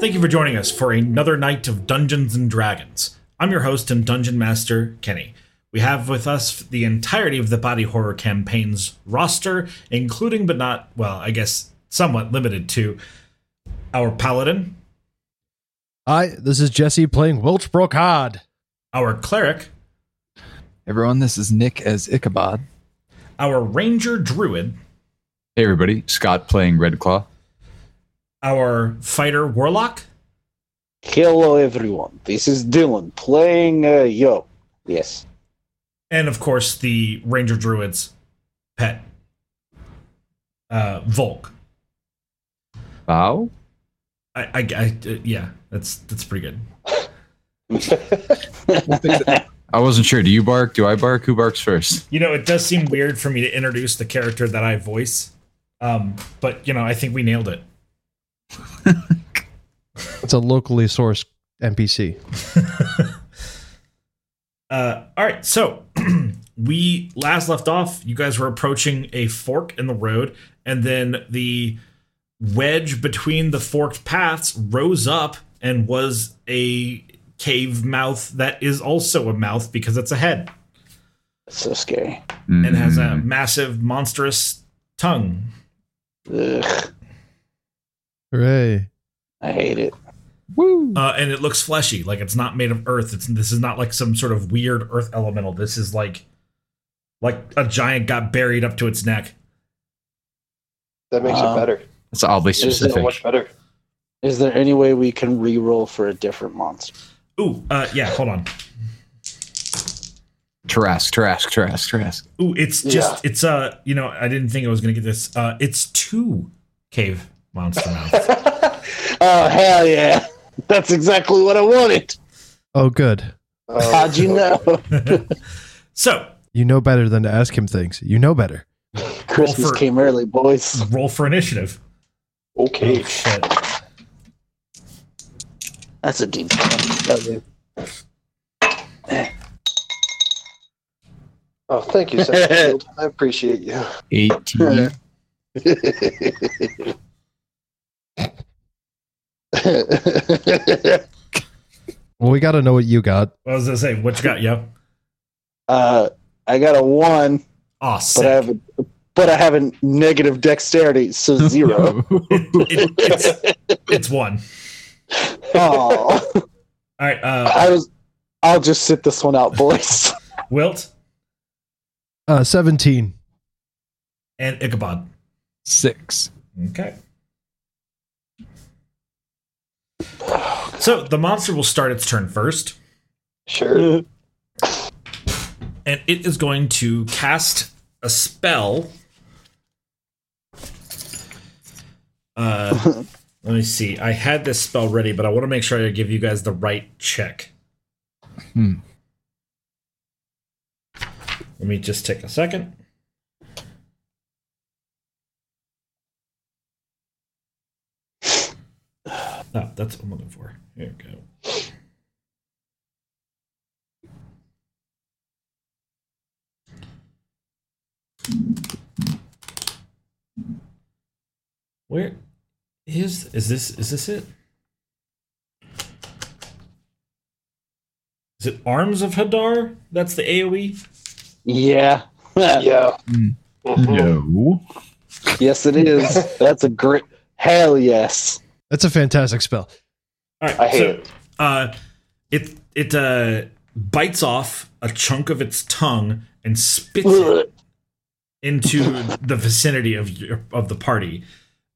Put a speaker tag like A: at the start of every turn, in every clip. A: Thank you for joining us for another night of Dungeons and Dragons. I'm your host and dungeon master, Kenny. We have with us the entirety of the Body Horror Campaign's roster, including but not, well, I guess somewhat limited to our paladin,
B: Hi, this is Jesse playing Welch Brocad.
A: our cleric,
C: Everyone, this is Nick as Ichabod.
A: our ranger druid,
D: Hey everybody, Scott playing Red Claw.
A: our fighter warlock,
E: Hello, everyone. This is Dylan playing uh, Yo. Yes.
A: and of course the ranger druid's pet, uh, Volk.
D: Bow?
A: I, I, I yeah, that's that's pretty good.
D: I wasn't sure. Do you bark? Do I bark? Who barks first?
A: You know, it does seem weird for me to introduce the character that I voice, um, but you know, I think we nailed it.
B: It's a locally sourced NPC.
A: Uh, all right, so we last left off. You guys were approaching a fork in the road, and then the wedge between the forked paths rose up and was a cave mouth that is also a mouth because it's a head
E: so scary.
A: and has a
D: Mm.
A: massive, monstrous tongue.
E: Ugh,
B: Hooray.
E: I hate it.
C: Woo!
A: uh, and it looks fleshy. Like it's not made of earth. It's this is not like some sort of weird earth elemental. This is like like a giant got buried up to its neck.
F: That makes
E: Um,
F: it better.
D: That's oddly
E: Is it
F: So
D: specific.
F: much better.
E: Is there any way we can re-roll for a different monster?
A: Ooh, uh, yeah, hold on.
D: Tarask, Tarask, Tarask, Tarask.
A: Ooh, it's just it's uh you know I didn't think I was gonna get this. Uh, it's two cave monster mouths.
E: oh hell yeah! That's exactly what I wanted.
B: Oh, good.
F: Um,
E: How'd you know?
A: so
B: You know better than to ask him things. You know better.
E: Christmas
A: for-
E: came early, boys.
A: roll for initiative. Oh,
F: Okay.
A: Shit.
E: That's a deep.
F: Oh, thank you, Satterfield. I appreciate you.
D: 18.
B: Well, we got to know what you got.
A: What was I gonna say? What you got, yo?
E: uh, I got a one,
A: Oh,
E: but
A: sick.
E: I have a but I have a negative dexterity, so zero.
A: It- it's, it's one.
E: oh,
A: All right, uh,
E: I was. I'll just sit this one out, boys.
A: Wilt
B: Uh, 17.
A: and Ichabod.
D: Six.
A: Okay. So the monster will start its turn first,
F: Sure.
A: and it is going to cast a spell. Uh, let me see. I had this spell ready, but I want to make sure I give you guys the right check.
D: Hmm.
A: Let me just take a second. Oh, that's what I'm looking for. Here we go. Where is is this is this it? Is it Arms of Hadar? That's the E? AoE?
E: yeah.
F: Yeah.
D: Mm.
F: Mhm.
D: No.
E: Yes, it is. That's a great. Hell yes.
B: That's a fantastic spell.
A: Alright.
F: I hate
A: so,
F: it.
A: Uh it it uh bites off a chunk of its tongue and spits it
E: Ugh.
A: into the vicinity of your, of the party.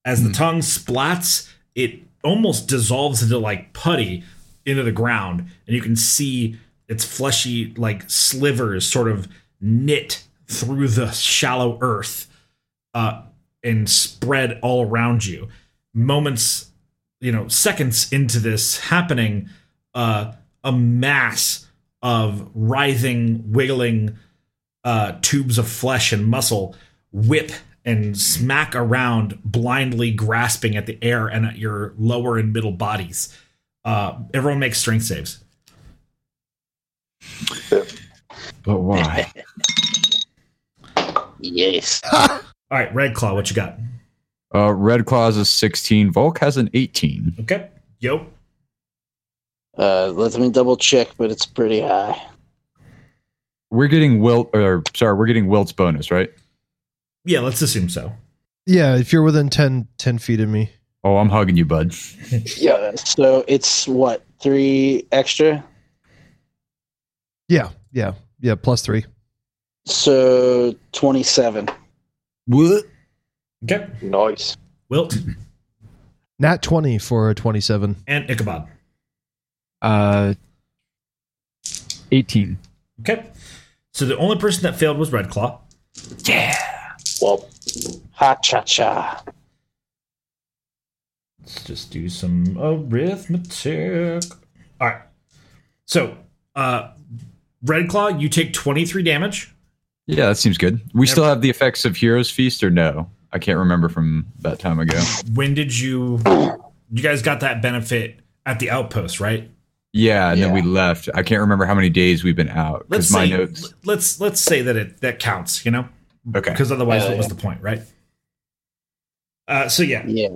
A: As
F: Hmm.
A: the tongue splats, it almost dissolves into like putty into the ground, and you can see its fleshy like slivers sort of knit through the shallow earth uh, and spread all around you. Moments, you know, seconds into this happening, uh, a mass of writhing, wiggling uh, tubes of flesh and muscle whip and smack around, blindly grasping at the air and at your lower and middle bodies. Uh, everyone makes strength saves.
D: But why?
E: Yes.
A: All right, Red Claw, what you got?
D: Uh, Red Claw's a 16. Volk has an 18.
A: Okay. Yep.
E: Uh, let me double check, but it's pretty high.
D: We're getting Wilt, or sorry, we're getting Wilt's bonus, right?
A: Yeah, let's assume so.
B: Yeah, if you're within 10, 10 feet of me.
D: Oh, I'm hugging you, bud.
E: Yeah. So it's what three extra?
B: Yeah, yeah, yeah. Plus three.
E: So twenty-seven.
D: What?
A: Okay.
F: Nice.
A: Wilt
B: Nat twenty for a twenty-seven.
A: and Ichabod.
C: Uh, 18.
A: Okay. So the only person that failed was Red Claw.
F: Well,
E: Ha cha cha.
A: Let's just do some arithmetic. All right. So, uh, Red Claw, you take 23 damage.
D: Yeah, that seems good. We still have the effects of Heroes Feast, or no? I can't remember from that time ago.
A: When did you. You guys got that benefit at the outpost, right?
D: Yeah, and then we left. I can't remember how many days we've been out.
A: Let's
D: Because my
A: say
D: notes.
A: let's let's say that it that counts, you know,
D: Okay.
A: because otherwise,
E: Yeah,
A: what was the point, right? Uh, so yeah,
E: Yeah.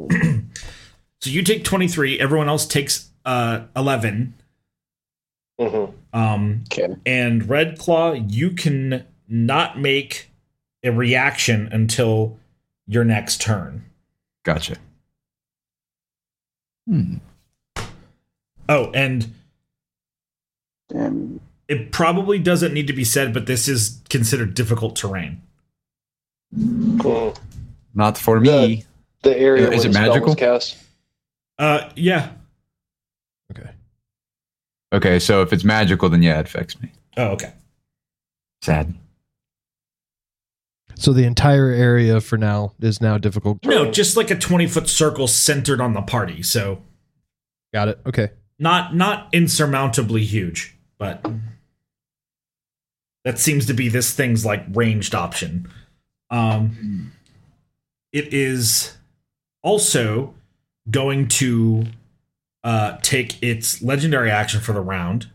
A: so you take twenty three. Everyone else takes uh eleven.
F: mhm.
A: Um,
E: Okay.
A: And Red Claw, you can not make a reaction until your next turn.
D: Gotcha.
C: Hmm.
A: Oh, and
E: Damn.
A: it probably doesn't need to be said, but this is considered difficult terrain.
F: Mm.
D: Not for me.
F: The area
D: Is
F: where
D: it
F: the spell
D: magical?
F: was cast.
A: Uh, yeah.
B: Okay.
D: Okay, so if it's magical, then yeah, it affects me.
A: Oh, okay.
D: Sad.
B: So the entire area for now is now difficult.
A: No, just like a twenty foot circle centered on the party. So
B: Got it. Okay.
A: not not insurmountably huge, but that seems to be this thing's like ranged option. Um, it is also going to uh, take its legendary action for the round,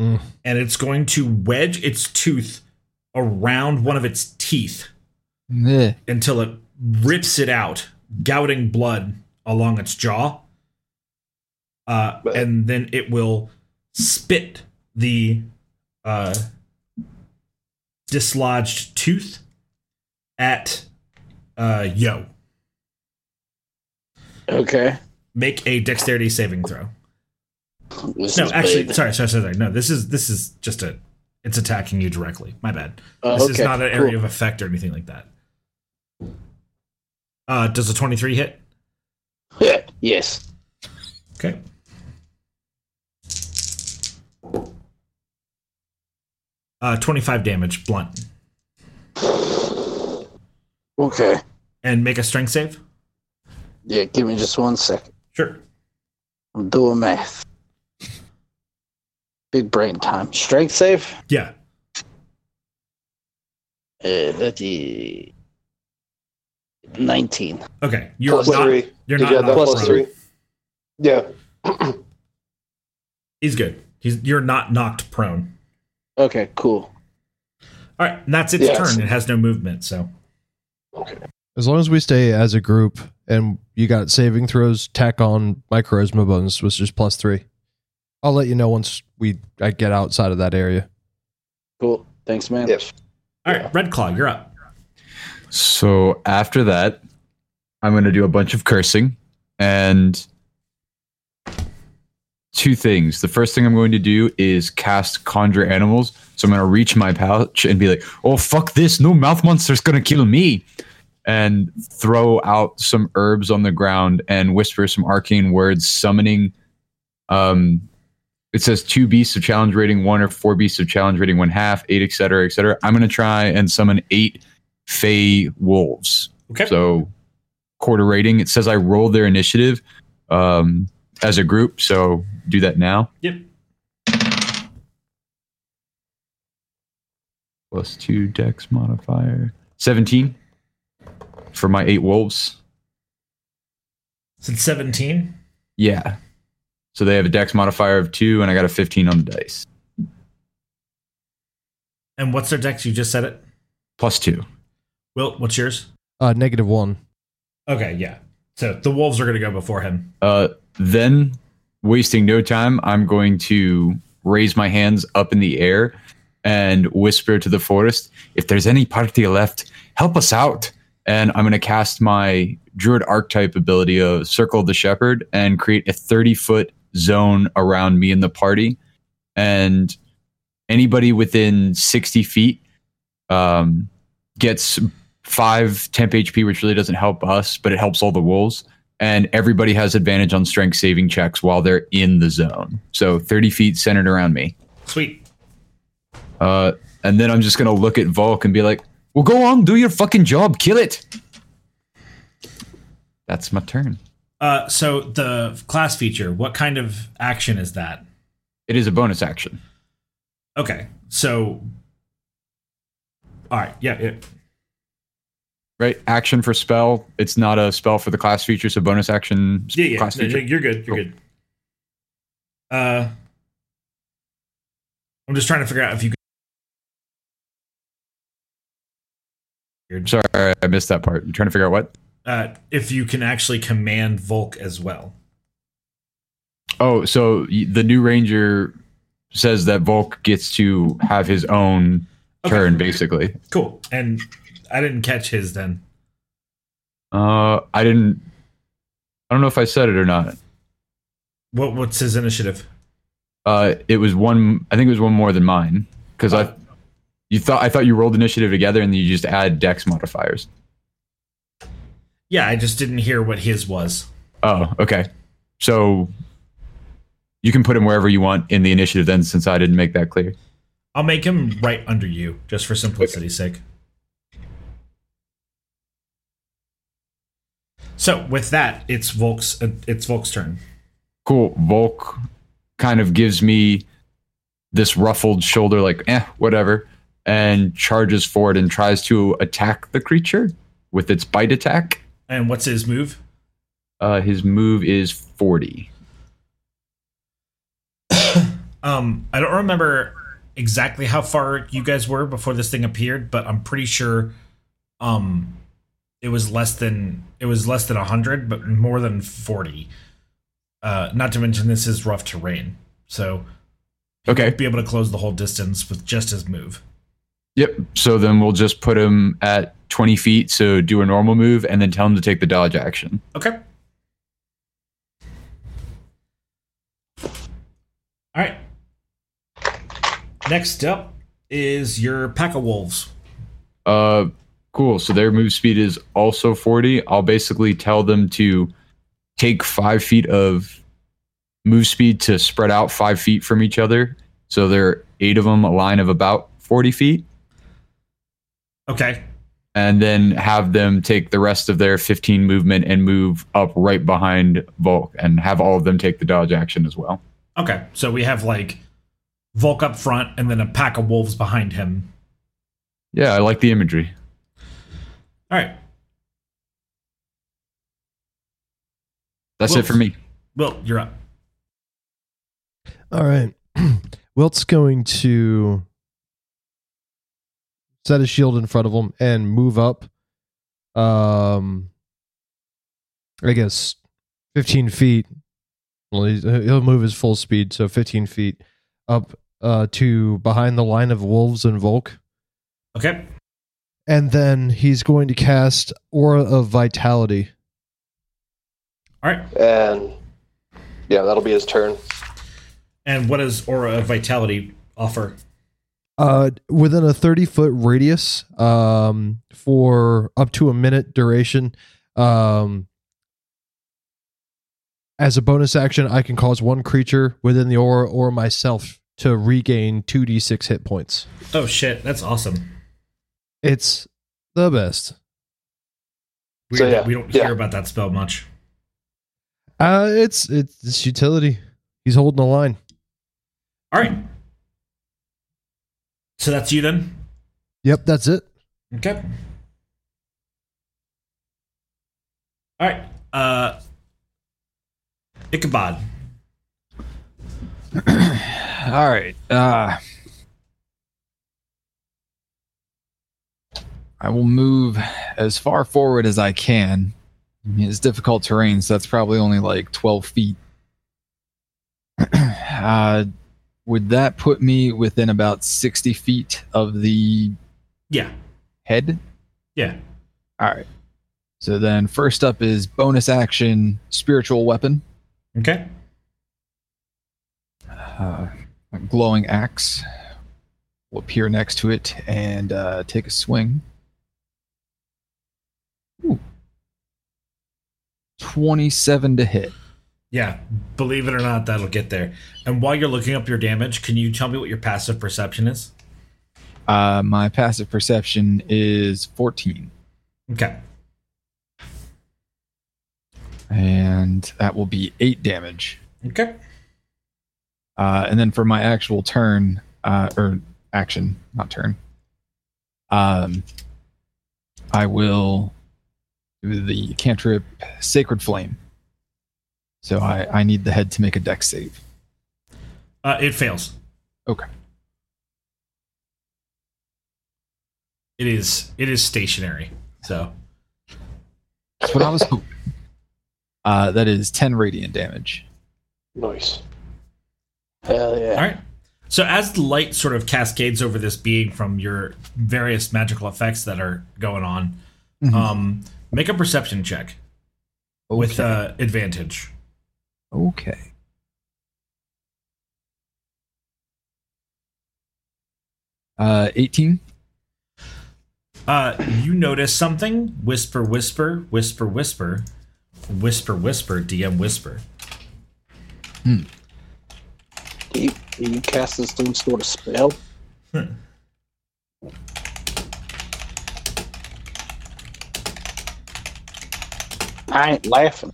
B: Mm.
A: and it's going to wedge its tooth around one of its teeth
C: Meh.
A: until it rips it out, gouting blood along its jaw. Uh,
F: But-
A: and then it will spit the uh, dislodged tooth at uh, Yo.
E: Okay.
A: Make a dexterity saving throw.
E: This
A: No,
E: is
A: actually,
E: big.
A: sorry, sorry, sorry, sorry. No, this is this is just a. It's attacking you directly. My bad.
E: Uh,
A: This is
E: okay,
A: not an area
E: cool.
A: of effect or anything like that. Uh, does a twenty-three hit?
E: Yeah, yes.
A: Okay. Uh, 25 damage, blunt.
E: Okay.
A: And make a strength save?
E: Yeah, give me just one second.
A: Sure.
E: I'm doing math. Big brain time. Strength save?
A: Yeah.
E: Uh, that is 19.
A: Okay. You're
F: Plus
A: not,
F: three.
A: You're
F: Did
A: not
F: you have that
A: knocked
F: plus
A: prone.
F: three? Yeah.
A: He's good. He's you're not knocked prone.
E: Okay, cool.
A: All right, and that's its
F: Yes.
A: turn. It has no movement, so
B: As long as we stay as a group and you got saving throws, tack on my charisma bonus, which is plus three. I'll let you know once we I get outside of that area.
E: Cool. Thanks, man.
F: Yes.
A: all right,
F: Yeah.
A: Red Claw, you're up.
D: So after that, I'm going to do a bunch of cursing and two things. The first thing I'm going to do is cast Conjure Animals. So I'm going to reach my pouch and be like, oh, fuck this. No mouth monster's going to kill me. And throw out some herbs on the ground and whisper some arcane words, summoning. Um, it says two beasts of challenge rating one or four beasts of challenge rating one half, eight, et cetera, et cetera. I'm going to try and summon eight Fey Wolves.
A: Okay.
D: So quarter rating. It says I roll their initiative um, as a group. So do that now.
A: Yep.
D: Plus two dex modifier. 17 for my eight wolves.
A: Since 17.
D: Yeah. So they have a dex modifier of two, and I got a 15 on the dice.
A: And what's their dex? You just said it.
D: Plus two.
A: Wilt, what's yours?
B: Uh, negative one.
A: Okay, yeah. So the wolves are going to go before him.
D: Uh, then, wasting no time, I'm going to raise my hands up in the air and whisper to the forest, if there's any party left, help us out. And I'm going to cast my druid archetype ability of Circle of the Shepherd and create a 30 foot zone around me and the party. And anybody within 60 feet um, gets five temp HP, which really doesn't help us, but it helps all the wolves and everybody has advantage on strength saving checks while they're in the zone. So 30 feet centered around me.
A: Sweet.
D: Uh, and then I'm just going to look at Volk and be like, well, go on, do your fucking job, kill it. That's my turn.
A: Uh, so the class feature, what kind of action is that?
D: It is a bonus action.
A: Okay. So. All right. Yeah. yeah.
D: Right, action for spell. It's not a spell for the class feature. It's a bonus action s-
A: Yeah, yeah.
D: class
A: No, no,
D: feature.
A: you're good. You're good. Uh, I'm just trying to figure out if you. could
D: Sorry, I missed that part. I'm trying to figure out what.
A: Uh, if you can actually command Volk as well.
D: Oh, so y- the new ranger says that Volk gets to have his own
A: Okay.
D: turn, basically.
A: Cool. And I didn't catch his then.
D: Uh, I didn't. I don't know if I said it or not.
A: What What's his initiative?
D: Uh, it was one. I think it was one more than mine because I. You thought I thought you rolled initiative together and you just add dex modifiers.
A: Yeah, I just didn't hear what his was.
D: Oh, okay. So you can put him wherever you want in the initiative then, since I didn't make that clear.
A: I'll make him right under you, just for simplicity's sake. So with that, it's Volk's uh, it's Volk's turn.
D: cool. Volk kind of gives me this ruffled shoulder, like, eh, whatever, and charges forward and tries to attack the creature with its bite attack.
A: And what's his move?
D: Uh, his move is 40.
A: Um, I don't remember exactly how far you guys were before this thing appeared, but I'm pretty sure um it was less than it was less than 100, but more than 40. Uh not to mention this is rough terrain. So
D: Okay.
A: be able to close the whole distance with just his move.
D: Yep. So then we'll just put him at 20 feet. So do a normal move and then tell him to take the dodge action.
A: Okay. All right. Next up is your pack of wolves.
D: Uh, cool. So their move speed is also 40. I'll basically tell them to take five feet of move speed to spread out five feet from each other. So there are eight of them, a line of about 40 feet,
A: Okay.
D: and then have them take the rest of their 15 movement and move up right behind Volk and have all of them take the dodge action as well.
A: Okay. So we have like Volk up front and then a pack of wolves behind him.
D: Yeah, I like the imagery.
A: All right.
D: That's it
A: Whoops.
D: for me.
A: Will, you're up.
B: All right. Wilt's going to set his shield in front of him and move up. Um, I guess fifteen feet. Well, he's- he'll move his full speed, so fifteen feet up uh, to behind the line of wolves and Volk,
A: Okay.
B: and then he's going to cast Aura of Vitality.
A: All right.
F: And yeah, that'll be his turn.
A: And what does Aura of Vitality offer?
B: Uh, within a 30 foot radius, um, for up to a minute duration, um, as a bonus action, I can cause one creature within the aura or myself to regain 2d6 hit points.
A: Oh, shit. That's awesome.
B: It's the best.
A: Weird
F: So,
A: that
F: yeah.
A: we don't
F: Yeah.
A: hear about that spell much.
B: Uh, it's, it's, it's utility. He's holding the line.
A: All right. So that's you then?
B: Yep, that's it.
A: Okay. All right. Uh, Ichabod.
C: All right. Uh, I will move as far forward as I can I mean, it's difficult terrain, so that's probably only like 12 feet. uh, would that put me within about 60 feet of the
A: Yeah.
C: head?
A: Yeah.
C: All right. So then, first up is bonus action spiritual weapon,
A: Okay.
C: uh, a glowing axe. Will appear next to it and uh, take a swing. Ooh. 27 to hit.
A: Yeah. Believe it or not, that'll get there. And while you're looking up your damage, can you tell me what your passive perception is?
C: Uh, my passive perception is 14,
A: Okay.
C: and that will be 8 damage.
A: Okay.
C: Uh, and then for my actual turn, uh, or action, not turn, um, I will do the cantrip Sacred Flame. So I, I need the head to make a dex save.
A: Uh, it fails.
C: Okay.
A: It is it is stationary. So
C: That's what I was hoping. Uh, that is 10 radiant damage.
F: Nice.
E: Hell yeah.
A: all right. So as the light sort of cascades over this being from your various magical effects that are going on,
C: Mhm.
A: um, make a perception check with uh, advantage.
C: Okay. Uh, 18.
A: Uh, you notice something? Whisper, whisper, whisper, whisper, whisper, whisper. DM whisper.
E: Do you, do you cast this some sort of spell?
A: Hmm.
E: I ain't laughing.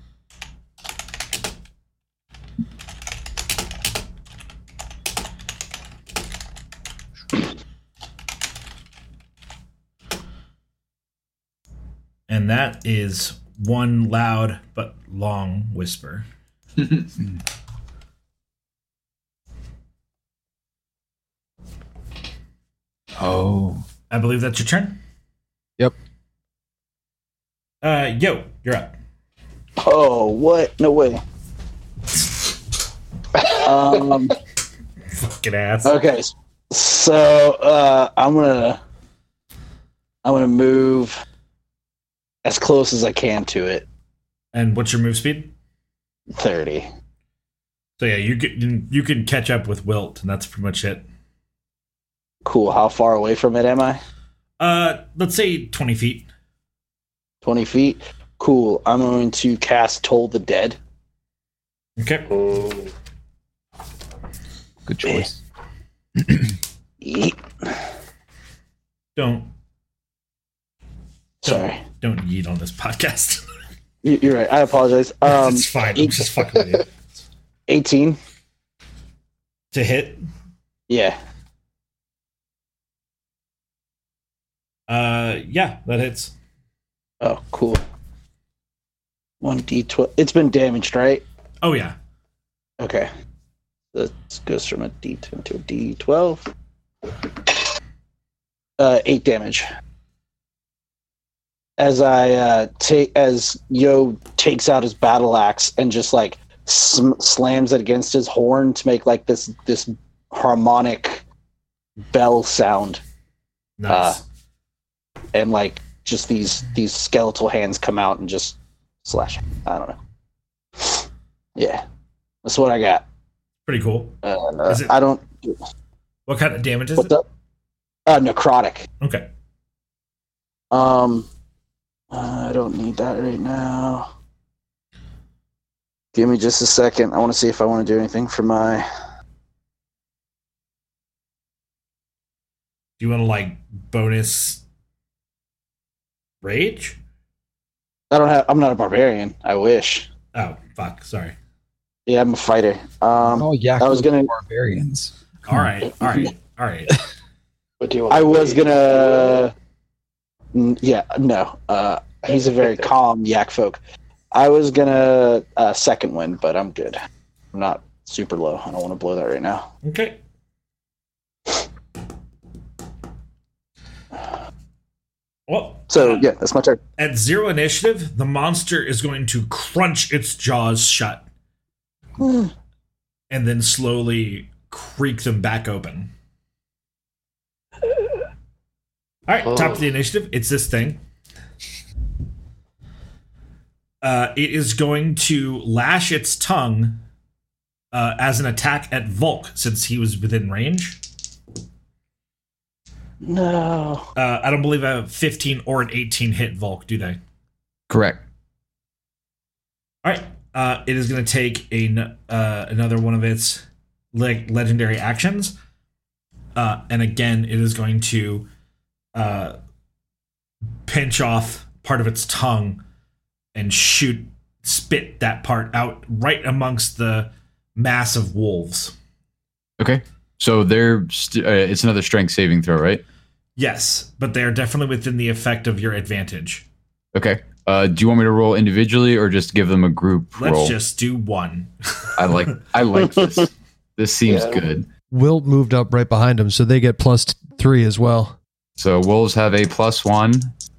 A: And that is one loud but long whisper.
C: Oh.
A: I believe that's your turn.
C: Yep.
A: Uh, yo, you're up.
E: Oh, what? No way. um,
A: Fucking ass.
E: okay, s- so uh, I'm gonna I'm gonna move as close as I can to it.
A: And what's your move speed?
E: Thirty.
A: So yeah, you can you can catch up with Wilt, and that's pretty much it.
E: Cool. How far away from it am I?
A: Uh, let's say twenty feet.
E: Twenty feet. Cool. I'm going to cast Toll the Dead.
A: Okay.
F: Oh,
C: Good choice.
E: Yeet.
A: Don't
E: Sorry,
A: don't yeet on this podcast.
E: You- you're right. I apologize. Um,
A: it's fine. I'm just fucking with you.
E: eighteen.
A: To hit,
E: Yeah.
A: uh, yeah, that hits.
E: Oh, cool. One d twelve. It's been damaged, right?
A: Oh yeah,
E: Okay. This goes from a D10 to a D12. Uh, eight damage. As I uh, take, as Yo takes out his battle axe and just like sm- slams it against his horn to make like this this harmonic bell sound,
A: nice.
E: and like just these these skeletal hands come out and just slash. I don't know. Yeah, that's what I got.
A: pretty cool.
E: Uh,
A: Is it-
E: I don't.
A: What kind of damage is
E: What's
A: it?
E: up? Uh, necrotic.
A: Okay.
E: Um, uh, I don't need that right now. Give me just a second. I want to see if I want to do anything for my.
A: Do you want to like bonus rage?
E: I don't have. I'm not a barbarian. I wish.
A: Oh fuck, sorry.
E: Yeah, I'm a fighter. Um,
C: oh, yeah.
E: I was gonna.
C: barbarians.
A: All right, all right, all right.
F: What do you want?
E: I
F: to
E: was
F: be?
E: gonna. N- Yeah, no. Uh, he's a very calm yak folk. I was gonna uh, second win, but I'm good. I'm not super low. I don't want to blow that right now.
A: Okay. Well,
E: So yeah, that's my turn.
A: at zero initiative, the monster is going to crunch its jaws shut and then slowly creak them back open. All right, top of the initiative. It's this thing. Uh, it is going to lash its tongue uh, as an attack at Volk since he was within range.
E: No.
A: Uh, I don't believe a 15 or an 18 hit Volk, do they?
D: Correct.
A: All right. Uh, it is going to take a, n- uh, another one of its le- legendary actions. Uh, and again, it is going to uh, pinch off part of its tongue and shoot, spit that part out right amongst the mass of wolves.
D: Okay. So they're st- uh, it's another strength saving throw, right?
A: Yes, but they are definitely within the effect of your advantage.
D: Okay. Uh, do you want me to roll individually or just give them a group
A: Let's
D: roll?
A: just do one.
D: I like I like this. This seems
F: Yeah.
D: good.
B: Wilt moved up right behind him, so they get plus t- three as well.
D: So wolves have a plus one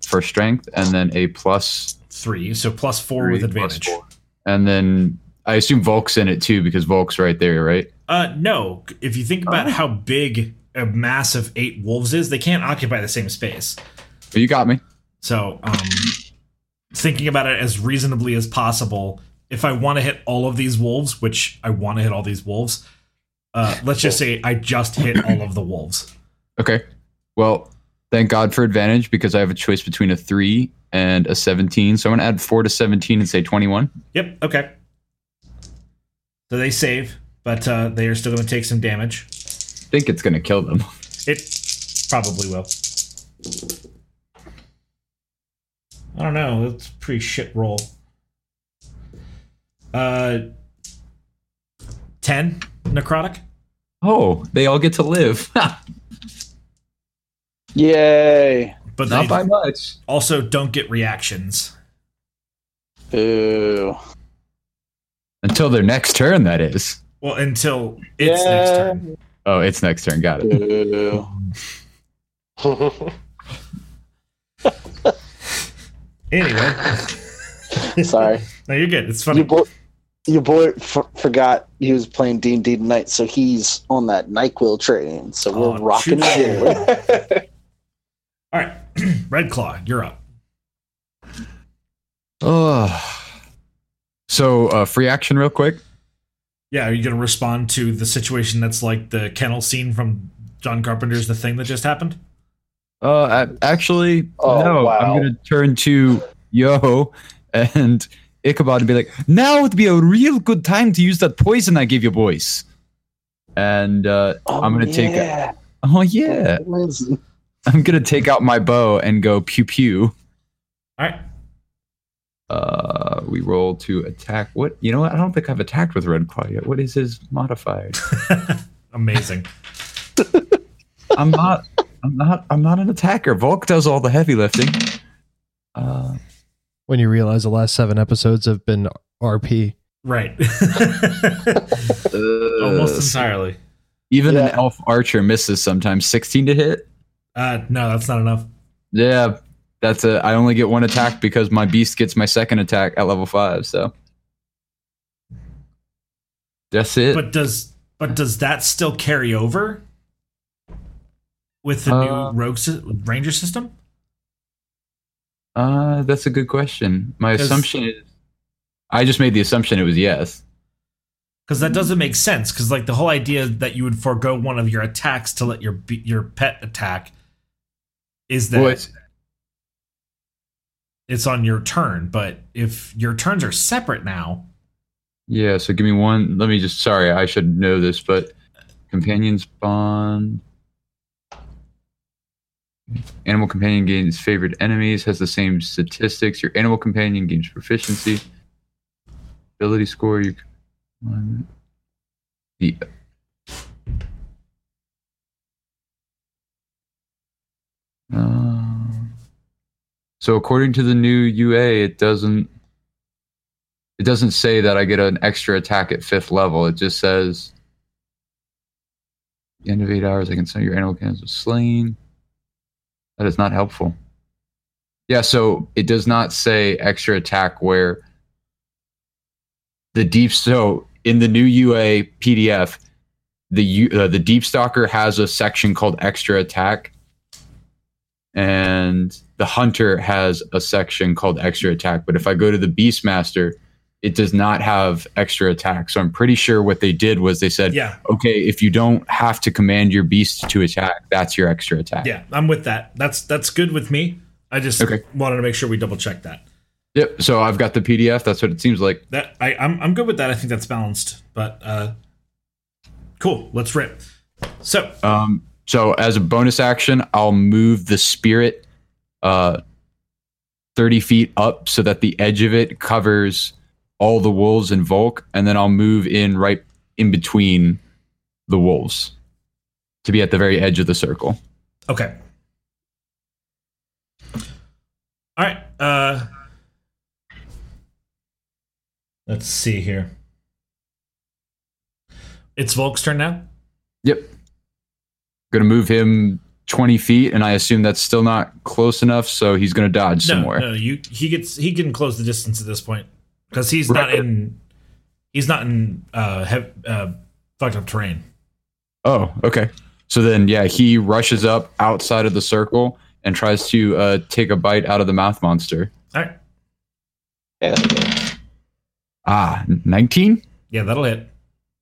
D: for strength, and then a plus
A: Three, so plus four with
D: three, plus
A: advantage.
D: four. and then I assume Volk's in it too because Volk's right there, right?
A: Uh, no. If you think about how big a mass of eight wolves is, they can't occupy the same space.
D: But you got me.
A: So, um, thinking about it as reasonably as possible, if I want to hit all of these wolves, which I want to hit all these wolves, uh, let's just say I just hit all of the wolves.
D: Okay. Well, thank God for advantage because I have a choice between a three and a seventeen. So I'm gonna add four to seventeen and say twenty-one.
A: Yep. Okay. So they save, but uh, they are still going to take some damage.
D: I think it's gonna kill them.
A: It probably will. I don't know. That's a pretty shit roll. Uh, ten necrotic.
D: Oh, they all get to live.
E: Yay.
A: But
D: Not
A: they
D: by much.
A: also don't get reactions.
E: Ooh.
D: Until their next turn, that is.
A: Well, until it's next
E: Yeah.
A: turn.
D: Oh, it's next turn. Got it.
E: Ooh.
A: Anyway,
E: Sorry.
A: no, you're good. It's
E: Your
A: funny.
E: boy, your boy f- forgot he was playing D and D tonight, so he's on that Nyquil train. So we're
A: Aw,
D: Oh,
E: rocking
A: shoot.
E: it.
A: All right, Red Claw, you're up.
D: Oh. So, uh, free action, real quick.
A: Yeah, are you gonna respond to the situation that's like the kennel scene from John Carpenter's The Thing that just happened?
D: Uh, a- actually,
F: Oh,
D: no.
F: wow.
D: I'm gonna turn to Yo and Ichabod and be like, "Now would be a real good time to use that poison I gave your boys." And uh, I'm gonna take. A,
E: yeah.
D: oh yeah,
E: Amazing.
D: I'm gonna take out my bow and go pew pew.
A: All right,
D: Uh, we roll to attack. What you know? What I don't think I've attacked with Red Claw yet. What is his modifier?
A: amazing.
D: I'm not. I'm not. I'm not an attacker. Volk does all the heavy lifting. Uh,
B: When you realize the last seven episodes have been RP.
A: Right.
D: uh,
A: Almost entirely.
D: Even an
E: Yeah.
D: elf archer misses sometimes. 16 to hit.
A: Uh, no, that's not enough.
D: Yeah, that's a. I only get one attack because my beast gets my second attack at level five. So that's it.
A: But does but does that still carry over with the
D: Uh,
A: new rogue sy- ranger system?
D: uh, that's a good question. My
A: 'Cause-
D: assumption is, I just made the assumption it was yes.
A: Because that doesn't make sense. Because like the whole idea that you would forego one of your attacks to let your be- your pet attack is that
D: Well, it's,
A: it's on your turn. But if your turns are separate now,
D: yeah. So give me one. Let me just. Sorry, I should know this, but companions bond. Animal companion gains favored enemies, has the same statistics. Your animal companion gains proficiency. Ability score, you can. The, Um, so according to the new UA, it doesn't it doesn't say that I get an extra attack at fifth level. It just says the end of eight hours, I can send your animal cannons was slain. That is not helpful. Yeah, so it does not say extra attack where the deep so in the new UA PDF, the U- uh, the deep stalker has a section called extra attack, and the hunter has a section called extra attack. But if I go to the beastmaster, it does not have extra attack. So I'm pretty sure what they did was they said,
A: Yeah,
D: okay, if you don't have to command your beast to attack, that's your extra attack.
A: yeah, I'm with that. That's that's good with me. I just
D: Okay.
A: wanted to make sure we double check that.
D: Yep. So I've got the PDF. That's what it seems like.
A: That I I'm I'm good with that. I think that's balanced. But uh cool, let's rip. So,
D: Um, so as a bonus action, I'll move the spirit uh, 30 feet up so that the edge of it covers all the wolves and Volk. And then I'll move in right in between the wolves to be at the very edge of the circle.
A: okay. All right. Uh Let's see here. It's Volk's turn now.
D: Yep. Gonna move him 20 feet, and I assume that's still not close enough, so he's gonna dodge
A: No,
D: somewhere.
A: no, you he gets he can close the distance at this point because he's not
D: Right.
A: in he's not in uh, hev- uh fucked up terrain.
D: Oh, okay. So then, yeah, he rushes up outside of the circle and tries to uh, take a bite out of the mouth monster.
A: All right,
E: Yeah,
D: Ah, 19?
A: yeah, that'll hit.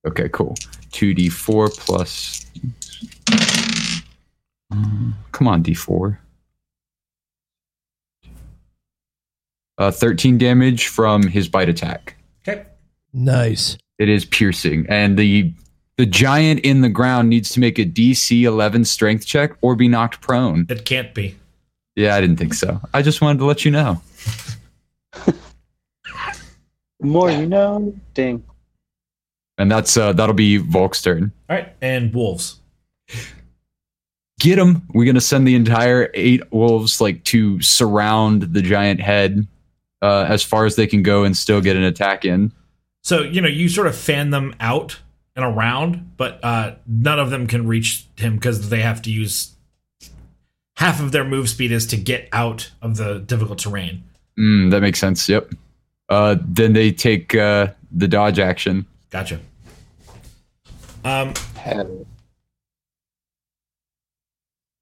D: Okay, cool. 2d4 plus. Mm, Come on, d4. Uh, 13 damage from his bite attack.
A: Okay,
B: Nice.
D: It is piercing, and the the giant in the ground needs to make a DC 11 strength check or be knocked prone.
A: it can't be.
D: Yeah, I didn't think so. I just wanted to let you know.
E: more you know. Ding.
D: And that's uh, that'll be Volk's turn.
A: All right, and wolves.
D: Get him. We're gonna send the entire eight wolves like to surround the giant head uh, as far as they can go and still get an attack in.
A: So you know you sort of fan them out and around, but uh, none of them can reach him because they have to use half of their move speed is to get out of the difficult terrain.
D: Mm, that makes sense. Yep. Uh, then they take uh, the dodge action.
A: Gotcha. Um,
F: Hell.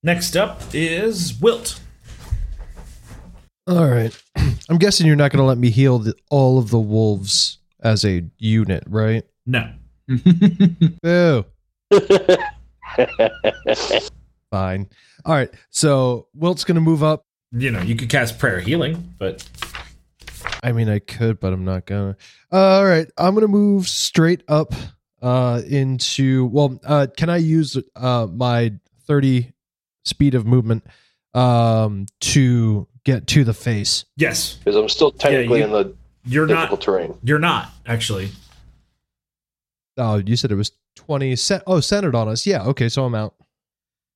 A: next up is Wilt.
B: All right. I'm guessing you're not going to let me heal the, all of the wolves as a unit, right?
A: No,
B: Boo. Fine. All right. So Wilt's going to move up.
A: you know you could cast prayer healing, but
B: I mean, I could, but I'm not going to. All right. I'm going to move straight up uh, into. Well, uh, can I use uh, my 30 speed of movement um, to get to the face?
A: yes,
F: Because I'm still technically
A: you-
F: in the
A: you're not.
F: difficult terrain.
A: You're not actually.
B: Oh, you said it was 20. Cent- oh, centered on us. Yeah. Okay. So I'm out.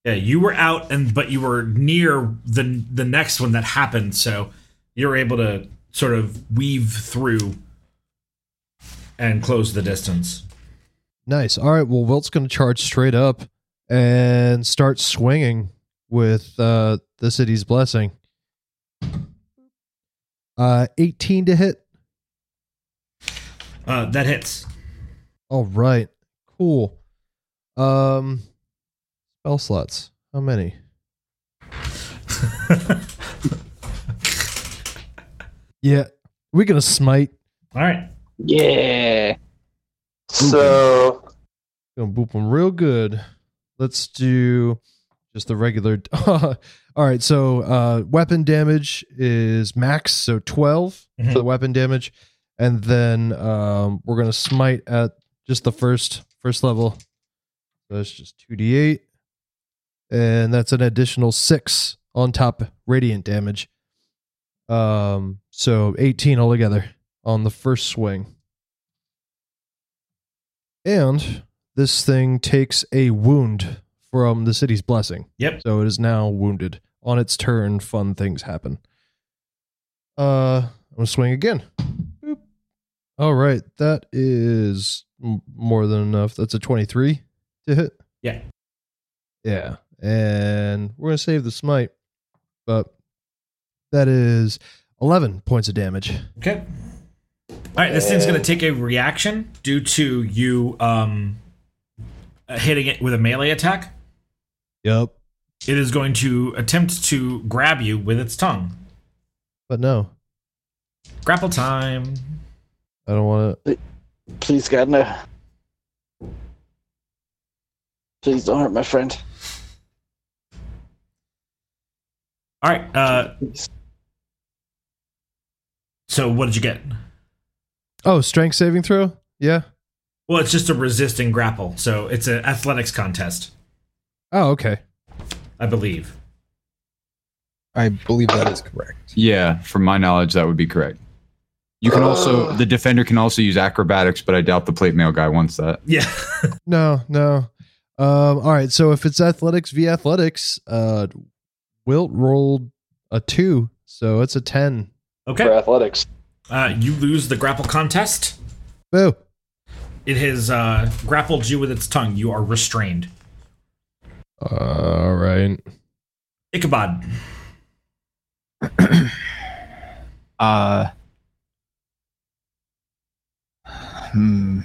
A: Yeah, you were out, and but you were near the the next one that happened, so you were able to sort of weave through and close the distance.
B: Nice. All right. Well, Wilt's going to charge straight up and start swinging with uh, the city's blessing. Uh, 18 to hit.
A: Uh, that hits.
B: All right. Cool. Um, spell slots. How many? yeah. We're going to smite.
A: All right.
E: Yeah.
F: So
B: Gonna boop them real good. Let's do just the regular. All right, so uh, weapon damage is max, so 12 for the weapon damage, and then um, we're gonna smite at just the first first level. So it's just two d eight, and that's an additional six on top radiant damage. Um, so eighteen altogether on the first swing, and this thing takes a wound from the city's blessing.
A: Yep.
B: So it is now wounded. On its turn, fun things happen. Uh, I'm gonna swing again. Boop. All right, that is m- more than enough. That's a 23 to hit.
A: Yeah.
B: Yeah, and we're gonna save the smite, but That is 11 points of damage.
A: Okay. All right, this thing's going to take a reaction due to you um, uh, hitting it with a melee attack.
B: Yep.
A: It is going to attempt to grab you with its tongue.
B: But no,
A: Grapple time.
B: I don't want to.
E: Please, God, no. Please don't hurt my friend.
A: All right. Uh, so what did you get?
B: Oh, strength saving throw? Yeah.
A: Well, it's just a resisting grapple, so it's an athletics contest,
B: Oh, okay.
A: I believe.
C: I believe that is correct.
D: Yeah, from my knowledge, that would be correct. You can also the defender can also use acrobatics, but I doubt the plate mail guy wants that.
A: Yeah.
B: No, no. Um, all right. So if it's athletics v athletics, uh, Wilt rolled a two, so it's a 10.
F: for
A: Okay.
F: athletics.
A: Uh, you lose the grapple contest.
B: Boo.
A: It has uh, grappled you with its tongue. You are restrained.
B: All right.
A: Ichabod.
C: Uh, hmm.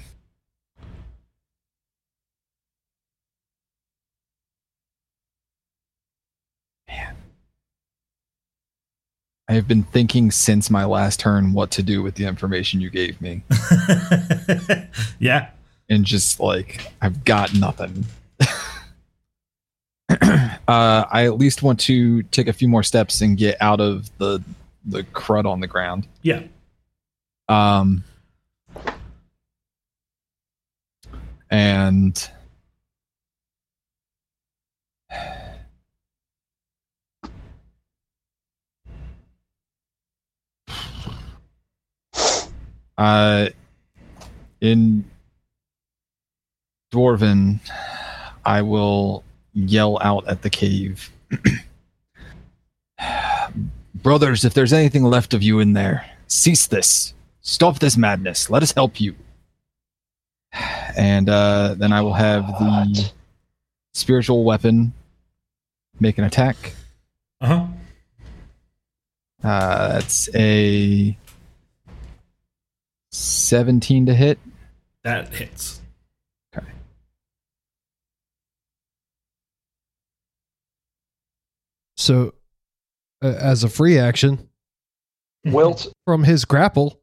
C: Man. I have been thinking since my last turn what to do with the information you gave me,
A: yeah.
C: and just like I've got nothing. uh, I at least want to take a few more steps and get out of the the crud on the ground.
A: Yeah.
C: Um, and uh, in Dwarven, I will yell out at the cave. Brothers, if there's anything left of you in there, cease this. Stop this madness. Let us help you. And uh, then I will have the
E: What?
C: spiritual weapon make an attack.
A: Uh huh.
C: Uh, that's a 17 to hit.
A: That hits.
B: So uh, as a free action
F: Wilt,
B: from his grapple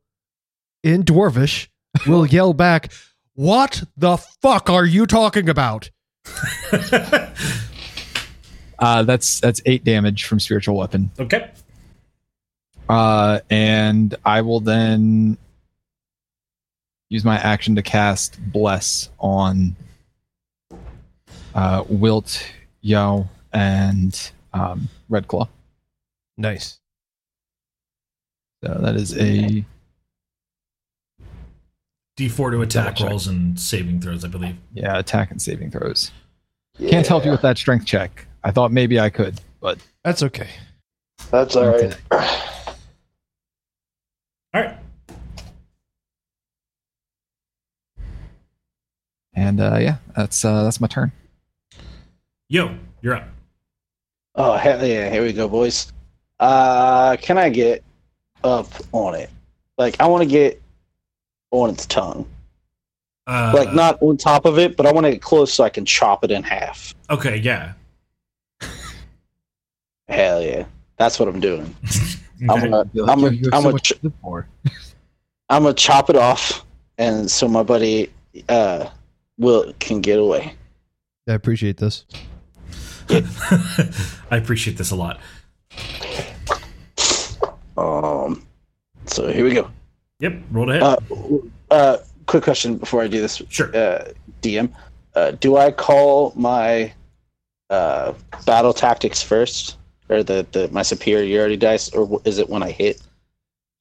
B: in Dwarvish, will yell back, What the fuck are you talking about?
C: Uh, that's that's eight damage from spiritual weapon.
A: okay.
C: Uh, and I will then use my action to cast Bless on uh, Wilt, Yao, and um, Red Claw.
B: Nice.
C: So that is a
A: D4 to attack
C: Double check.
A: rolls and saving throws, I believe.
C: yeah attack and saving throws.
F: yeah,
C: Can't help you with that strength check. I thought maybe I could, but
B: That's okay.
F: That's all right.
A: All right.
C: and uh, yeah, that's uh, that's my turn.
A: Yo, you're up.
E: Oh, hell yeah. Here we go, boys. Uh, can I get up on it? Like, I want to get on its tongue.
A: Uh,
E: Like, not on top of it, but I want to get close so I can chop it in half.
A: Okay, yeah.
E: Hell yeah. That's what I'm doing. I'm gonna,
C: You're
E: I'm
C: like,
E: gonna,
C: "Yo, you have
E: I'm
C: so
E: gonna,
C: much to live for."
E: I'm gonna chop it off, and so my buddy, uh, will can get away.
B: I appreciate this.
A: I appreciate this a lot.
E: Um, so here we go.
A: Yep, roll to hit.
E: Uh, uh, quick question before I do this,
A: sure.
E: uh, DM. Uh, do I call my uh, battle tactics first, or the, the my superiority dice, or is it when I hit?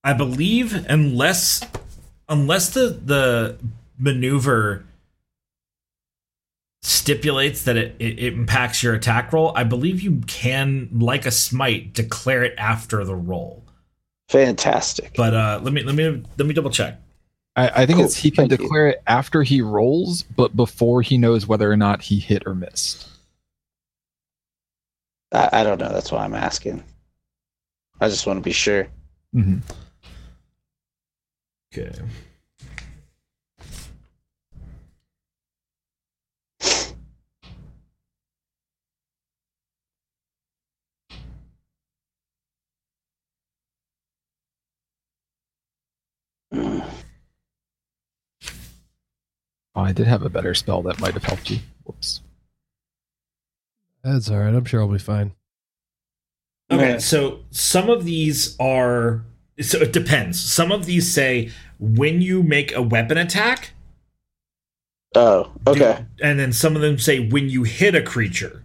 A: I believe unless unless the the maneuver stipulates that it, it, it impacts your attack roll, I believe you can, like a smite, declare it after the roll.
E: Fantastic.
A: But uh, let me let me let me double check.
C: I, I think
E: Cool,
C: it's he can
E: thank you.
C: declare it after he rolls, but before he knows whether or not he hit or missed.
E: I, I don't know. That's why I'm asking. I just want to be sure.
C: Mm-hmm.
A: Okay.
E: Mm.
C: Oh, I did have a better spell that might have helped you. Whoops.
B: That's all right. I'm sure I'll be fine.
A: Okay,
E: Okay.
A: so some of these are so it depends. Some of these say when you make a weapon attack,
E: Oh, okay.
A: and then some of them say when you hit a creature.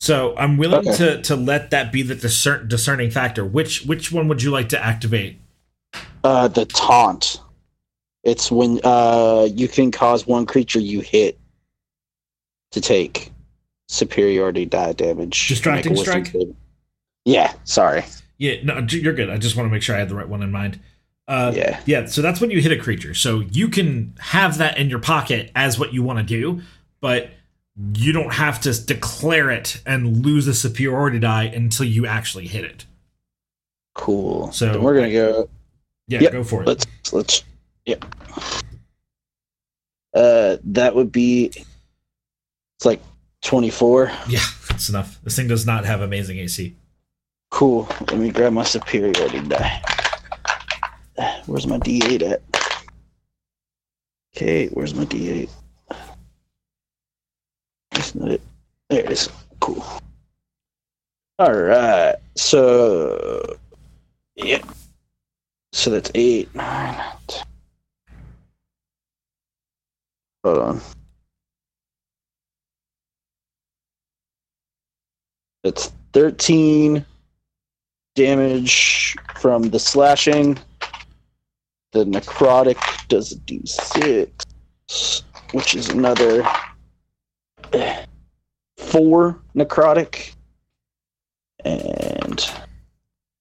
A: So I'm willing
E: Okay.
A: to to let that be the discern, discerning factor. Which which one would you like to activate?
E: Uh, the taunt. It's when uh you can cause one creature you hit to take superiority die damage.
A: Distracting
E: Make a wisdom
A: strike?
E: save. Yeah, sorry.
A: Yeah, no, j- you're good. I just want to make sure I had the right one in mind. Uh,
E: yeah.
A: Yeah, so that's when you hit a creature. So you can have that in your pocket as what you want to do, but you don't have to declare it and lose a superiority die until you actually hit it.
E: Cool.
A: So-
E: So we're gonna go.
A: Yeah,
E: Yep,
A: go for it.
E: Let's let's. Yep. Uh, that would be. It's like twenty four.
A: Yeah, that's enough. This thing does not have amazing AC.
E: Cool. Let me grab my superiority die. Where's my D8 at? Okay, where's my D8? That's not it. There it is. Cool. All right. So, yeah. So that's eight, nine. t- Hold on. That's 13 damage from the slashing. The necrotic does a d6, which is another eh, four necrotic. And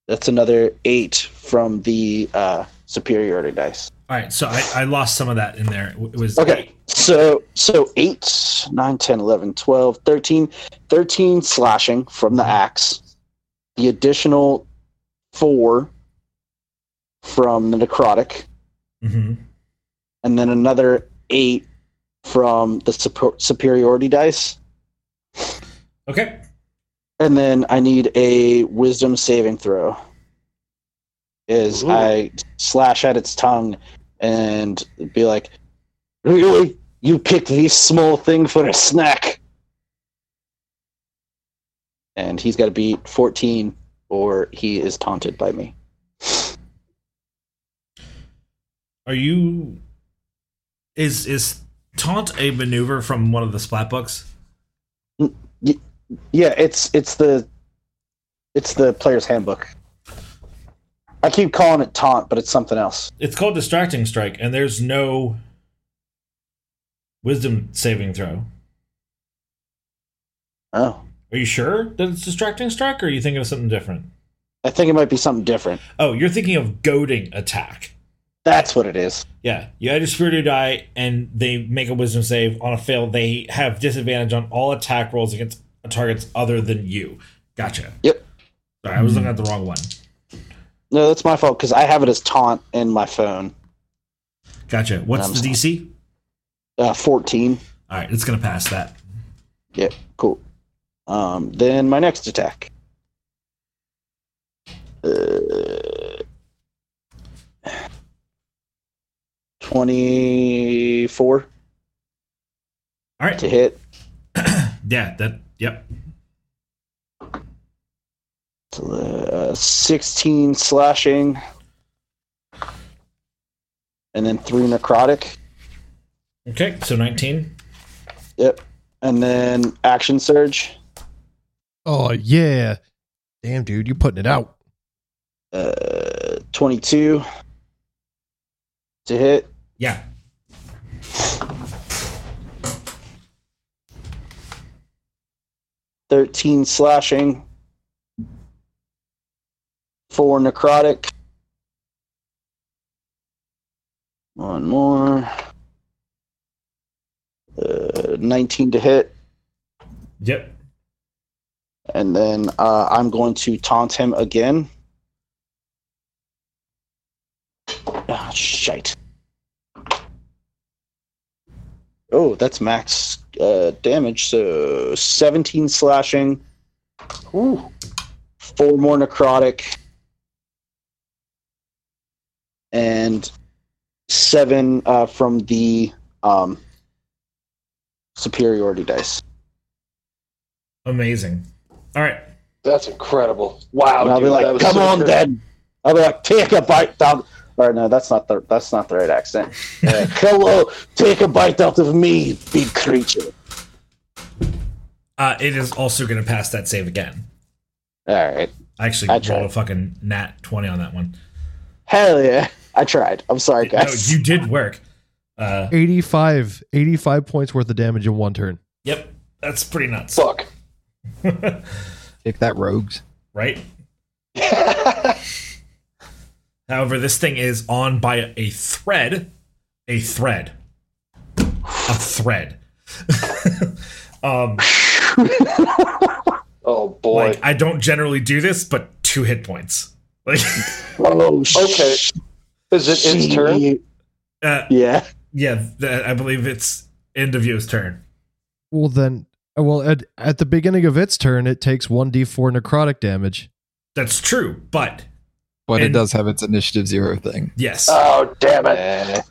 E: that's another eight from the uh, superiority dice.
A: All right, so I, I lost some of that in there. It was
E: Okay, so so 8, 9, 10, 11, 12, 13, 13 slashing from the axe, the additional 4 from the necrotic,
A: Mhm.
E: and then another 8 from the super- superiority dice.
A: Okay.
E: And then I need a wisdom saving throw. Is
F: Ooh.
E: I slash at its tongue and be like, Really? You picked this small thing for a snack? And he's got to beat 14 or he is taunted by me.
A: Are you is is taunt a maneuver from one of the splat books?
E: Yeah, it's it's the it's the player's handbook. I keep calling it taunt, but it's something else.
A: It's called distracting strike and there's no wisdom saving throw.
E: Oh,
A: Are you sure that it's distracting strike, or are you thinking of something different?
E: I think it might be something different.
A: Oh, you're thinking of goading attack.
E: That's what it is.
A: Yeah, you add your spirit to die, and they make a wisdom save. On a fail, they have disadvantage on all attack rolls against targets other than you. Gotcha.
E: Yep.
A: Sorry, I was looking at the wrong one.
E: No, that's my fault because I have it as taunt in my phone.
A: Gotcha. What's
E: I'm
A: the DC?
E: Uh, 14.
A: All right, it's gonna pass that.
E: Yep, cool. Um, then my next attack. Uh, 24
A: All right.
E: to hit.
A: Yeah. That. Yep.
E: Uh, 16 slashing. And then 3 necrotic.
A: Okay. So 19.
E: Yep. And then action surge.
B: Oh yeah, damn dude, you're putting it out.
E: Uh, 22 to hit.
A: Yeah.
E: thirteen slashing, four necrotic. One more. Uh, nineteen to hit,
A: Yep.
E: And then uh, I'm going to taunt him again. Ah, shite. Oh, that's max uh, damage. So 17 slashing. Ooh. Four more necrotic. And seven uh, from the um, superiority dice.
A: Amazing. All right.
F: That's incredible. Wow.
E: And I'll be
F: dude,
E: like,
F: that was
E: "Come
F: so
E: on,
F: good."
E: then." I'll be like, "Take a bite out." Or no, that's not the that's not the right accent. Uh, Hello, take a bite out of me, big creature.
A: Uh, it is also going to pass that save again.
E: All right,
A: I actually
E: I
A: rolled
E: tried.
A: a fucking nat 20 on that one.
E: hell yeah, I tried. I'm sorry,
A: No,
E: guys.
A: you did work. Uh,
B: 85, 85 points worth of damage in one turn.
A: yep. That's pretty nuts.
F: Fuck.
C: Take that, rogues.
A: right? However, this thing is on by a thread, a thread, a thread. um,
F: Oh boy.
A: like I don't generally do this, but two hit points. Like,
E: oh,
F: okay. Is it its turn?
A: uh,
E: Yeah,
A: yeah, th- I believe it's end of Yo's turn.
B: Well, then, uh, well, at, at the beginning of its turn, it takes 1d4 necrotic damage.
A: That's true, but
C: But
A: And-
C: it does have its initiative zero thing.
A: yes.
F: Oh damn it.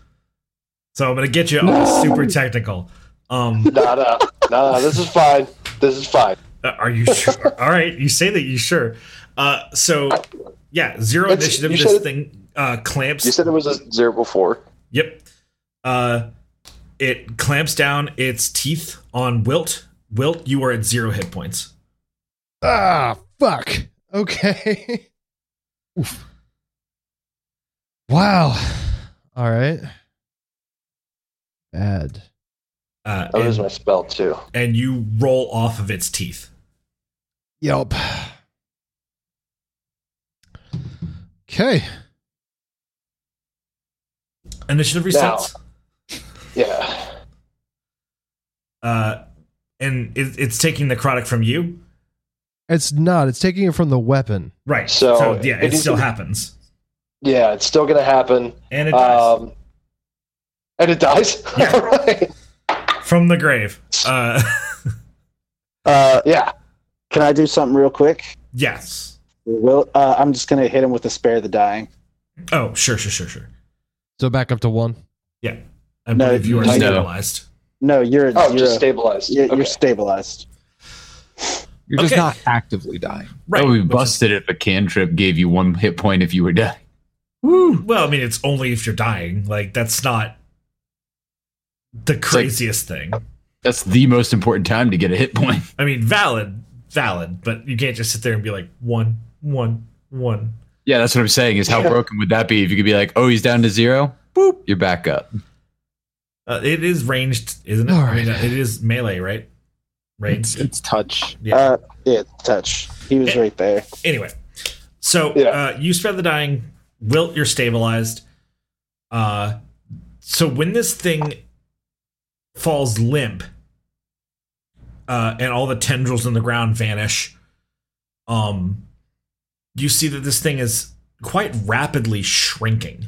A: so I'm gonna get you all super technical. Um,
F: Nah, nah, nah. This is fine. This is fine.
A: Uh, are you sure? all right, you say that you sure. Uh, so yeah, zero
F: It's-
A: initiative.
F: you
A: This
F: said-
A: thing uh, clamps
F: You said it was a zero before.
A: Yep. Uh, it clamps down its teeth on Wilt. Wilt, you are at zero hit points.
B: Ah, fuck. Okay. Oof. Wow. All right. Bad.
A: Uh,
F: I lose
A: and,
F: my spell too.
A: and you roll off of its teeth.
B: Yelp. Okay.
A: Initiative resets.
F: Yeah.
A: Uh, and it, it's taking necrotic from you.
B: It's not. It's taking it from the weapon.
A: Right. So,
F: So,
A: yeah,
F: it
A: it,
F: is-
A: still happens.
F: Yeah, it's still gonna happen.
A: And it dies
F: Um, and it dies.
A: Yeah.
F: Alright.
A: from the grave. Uh,
E: uh,
F: yeah.
E: can I do something real quick?
A: yes.
E: Well, uh, I'm just gonna hit him with a spare the dying.
A: Oh, sure, sure, sure, sure.
B: So back up to one.
A: I
E: No,
A: believe you are
E: no.
A: stabilized.
E: No, you're at
F: Oh,
E: zero.
F: just stabilized.
E: you're,
F: okay.
E: you're stabilized.
C: You're just
A: Okay.
C: not actively dying.
D: Right. That would be
A: which is-
D: busted if a cantrip gave you one hit point if you were dead.
A: Well, I mean, it's only if you're dying. Like, that's not the craziest thing.
D: That's the most important time to get a hit point.
A: I mean, valid, valid, but you can't just sit there and be like one, one, one.
D: Yeah, that's what I'm saying. Is how broken would that be if you could be like, oh, he's down to zero? Boop, you're back up.
A: Uh, it is ranged, isn't it?
B: All
A: I mean,
B: right.
A: uh, it is melee, right?
C: It's,
A: Ranged.
C: it's touch.
A: Yeah.
E: Uh, yeah, touch. He was right there.
A: anyway, so
F: Yeah.
A: uh, you spread the dying. Wilt, you're stabilized. Uh, so when this thing falls limp, uh, and all the tendrils in the ground vanish, um, you see that this thing is quite rapidly shrinking.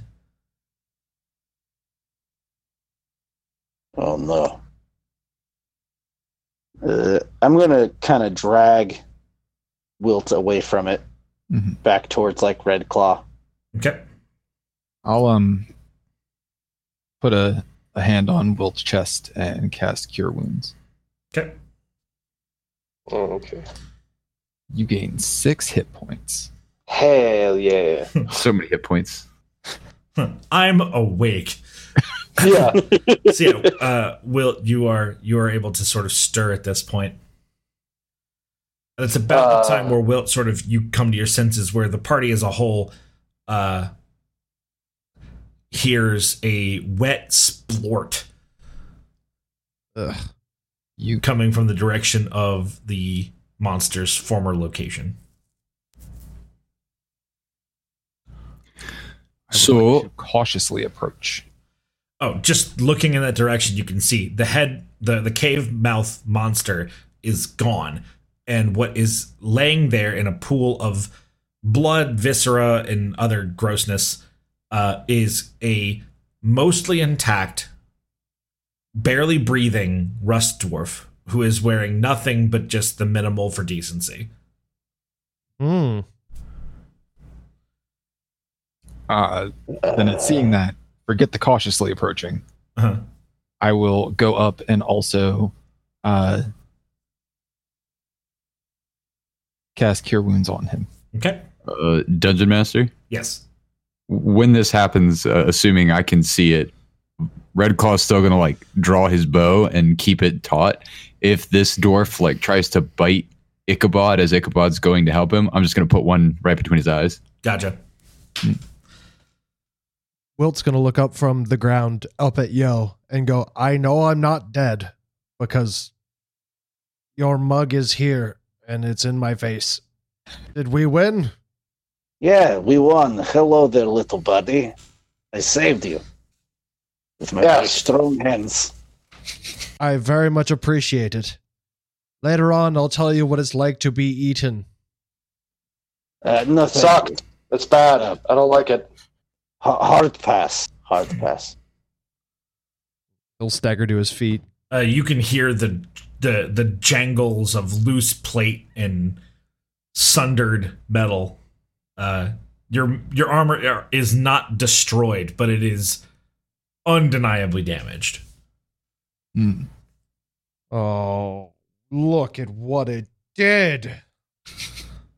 E: Oh no. Uh, I'm gonna kind of drag Wilt away from it,
C: Mhm.
E: back towards like Red Claw.
A: Okay.
C: I'll um put a, a hand on Wilt's chest and cast Cure Wounds.
A: Okay.
F: Oh, okay.
C: You gain six hit points.
F: Hell yeah.
D: So many hit points.
A: Huh. Hmm. I'm awake.
F: Yeah.
A: So yeah, uh, Will, you are you are able to sort of stir at this point. And it's about the
F: Uh.
A: time where Wilt sort of you come to your senses, where the party as a whole uh, hears a wet splort
B: Ugh.
C: You
A: coming from the direction of the monster's former location.
C: I would
D: So-
C: like to cautiously approach.
A: Oh, just looking in that direction, you can see the head, the the cave mouth monster is gone, and what is laying there in a pool of blood, viscera, and other grossness uh, is a mostly intact, barely breathing rust dwarf who is wearing nothing but just the minimal for decency.
B: Hmm.
C: Uh, then it's seeing that. Forget the cautiously approaching.
A: Uh-huh.
C: I will go up and also uh, cast Cure Wounds on him.
A: Okay.
D: Uh, Dungeon Master.
A: Yes.
D: When this happens, uh, assuming I can see it, Red Claw's still gonna like draw his bow and keep it taut. If this dwarf like tries to bite Ichabod as Ichabod's going to help him, I'm just gonna put one right between his eyes.
A: Gotcha.
B: Wilt's gonna look up from the ground up at Yo and go, I know I'm not dead because your mug is here and it's in my face. Did we win?
E: Yeah, we won. Hello there, little buddy. I saved you with my
F: Yes.
E: very strong hands.
B: I very much appreciate it. Later on I'll tell you what it's like to be eaten.
E: Uh, no, thank
F: Sucked.
E: you.
F: That's bad. I don't like it.
E: Ha- hard pass. Hard pass.
B: He'll stagger to his feet.
A: Uh, you can hear the the the jangles of loose plate and sundered metal. Uh, your your armor is not destroyed, but it is undeniably damaged.
C: Mm.
B: Oh look at what it did.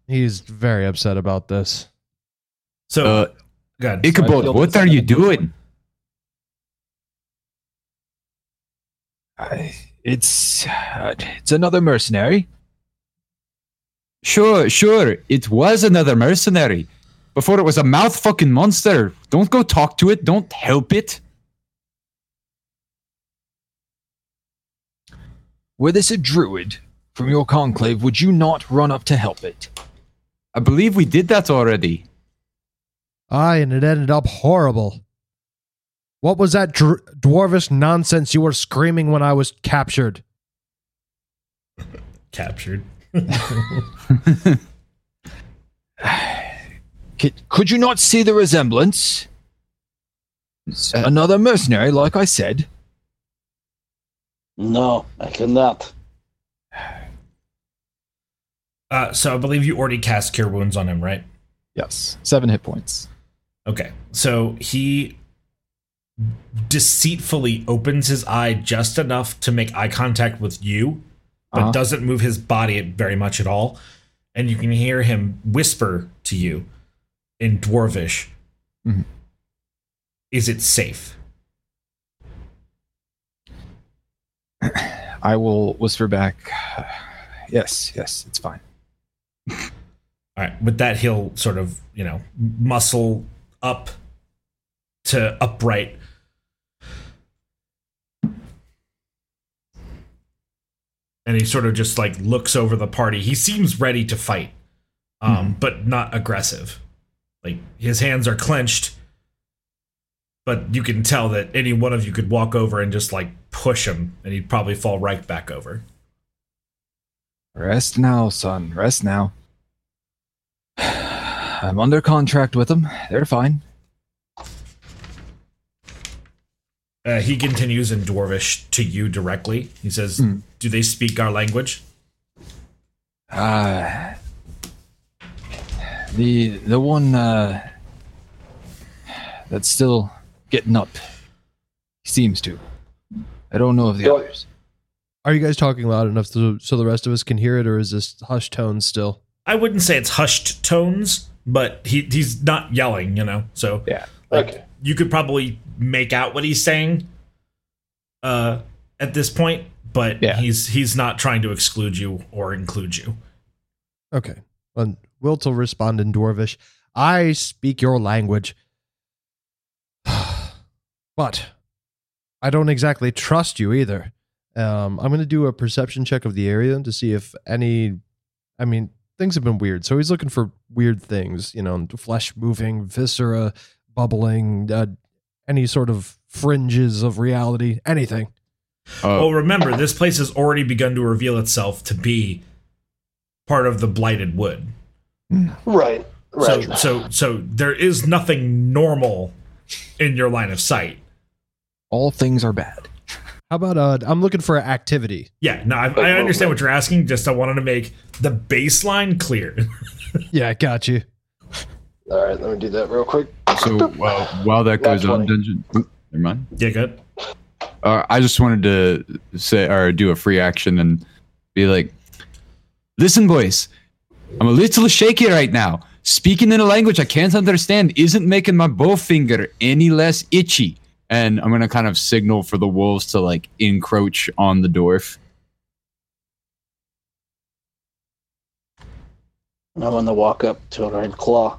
B: He's very upset about this.
A: So,
D: Uh,
A: God,
D: Ichabod, what are you doing?
C: I, it's uh, it's another mercenary.
D: Sure, sure. It was another mercenary. Before it was a mouth fucking monster. Don't go talk to it. Don't help it.
C: Were this a druid from your conclave, would you not run up to help it?
D: I believe we did that already.
B: Aye, and it ended up horrible. What was that dr- dwarvish nonsense you were screaming when I was captured?
A: captured.
C: Could, could you not see the resemblance? another mercenary, like I said.
E: No, I cannot.
A: Uh, so I believe you already cast cure wounds on him, right?
C: Yes, seven hit points.
A: Okay. So he deceitfully opens his eye just enough to make eye contact with you, but
C: Uh-huh.
A: doesn't move his body very much at all. And you can hear him whisper to you in Dwarvish
C: Mhm.
A: Is it safe?
C: I will whisper back. Yes, yes, it's fine.
A: All right. With that, he'll sort of, you know, muscle up to upright. And he sort of just like looks over the party. He seems ready to fight, um, but not aggressive. Like his hands are clenched, but you can tell that any one of you could walk over and just like push him, and he'd probably fall right back over.
C: Rest now, son. Rest now. I'm under contract with them. They're fine.
A: Uh, he continues in Dwarvish to you directly. He says,
C: Hmm.
A: Do they speak our language?
C: Uh, the the one uh, that's still getting up seems to. I don't know of the
F: Yeah.
C: others.
B: Are you guys talking loud enough so, so the rest of us can hear it, or is this hushed tone still?
A: I wouldn't say it's hushed tones, but he, he's not yelling, you know? So
C: Yeah.
A: like,
F: Okay.
A: you could probably make out what he's saying uh, at this point, but
C: Yeah.
A: he's he's not trying to exclude you or include you.
B: Okay. And Wilt will respond in Dwarvish. I speak your language. but I don't exactly trust you either. Um, I'm going to do a perception check of the area to see if any. I mean, things have been weird. So he's looking for weird things, you know, flesh moving, viscera bubbling, uh, any sort of fringes of reality, anything.
D: Uh,
A: Oh, remember, this place has already begun to reveal itself to be part of the blighted wood.
F: Right. Right.
A: So so so there is nothing normal in your line of sight.
C: All things are bad.
B: How about uh, I'm looking for an activity.
A: Yeah, no, I, I understand what you're asking. Just I wanted to make the baseline clear.
B: Yeah, got you.
F: All right, let me do that real quick.
D: So uh, while that
F: Nat
D: goes on,
F: 20.
D: dungeon. Oop, never mind.
A: yeah, good.
D: Uh, I just wanted to say or do a free action and be like, "Listen, boys, I'm a little shaky right now. Speaking in a language I can't understand isn't making my bow finger any less itchy." And I'm gonna kind of signal for the wolves to like encroach on the dwarf.
E: I want to walk up to Red Claw.